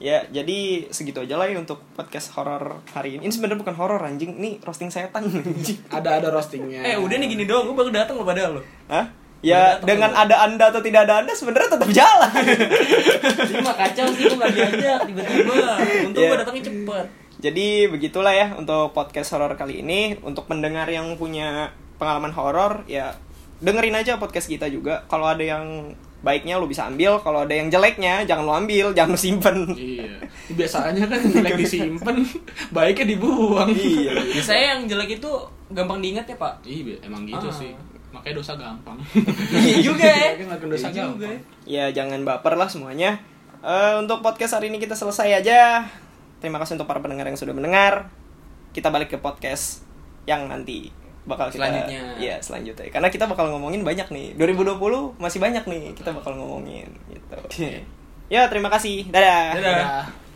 S1: Ya, jadi segitu aja lah ya untuk podcast horor hari ini. Ini sebenarnya bukan horor anjing, ini roasting setan anjing.
S2: Ada ada roastingnya.
S3: eh udah nih gini doang gue baru datang lo padahal lo
S1: Hah? Ya
S3: Bener, temen
S1: dengan
S3: gue.
S1: ada Anda atau tidak ada Anda sebenarnya tetap jalan.
S3: ini mah kacau sih gue gak diajak tiba-tiba untung
S1: Iya.
S3: gue datangnya cepet
S1: Jadi begitulah ya untuk podcast horor kali ini. Untuk pendengar yang punya pengalaman horor ya dengerin aja podcast kita juga. Kalau ada yang baiknya lu bisa ambil, kalau ada yang jeleknya jangan lu ambil, jangan lu simpen.
S2: Iya. Biasanya kan jelek disimpan, baiknya dibuang.
S1: Iya.
S3: biasanya Ya, yang jelek itu gampang diingat ya pak
S2: Iya, emang gitu
S3: Ah.
S2: sih. Makanya dosa gampang.
S3: iya juga ya
S2: Makanya ngelakuin dosa
S3: Iya juga
S2: gampang.
S3: ya.
S1: Ya jangan baper lah semuanya. Eh, untuk podcast hari ini kita selesai aja. Terima kasih untuk para pendengar yang sudah mendengar. Kita balik ke podcast yang nanti bakal kita
S3: Selanjutnya.
S1: Iya, selanjutnya. Karena kita bakal ngomongin banyak nih. 2020 masih banyak nih kita bakal ngomongin gitu. Ya, terima kasih. Dadah.
S3: Dadah.
S2: Udah.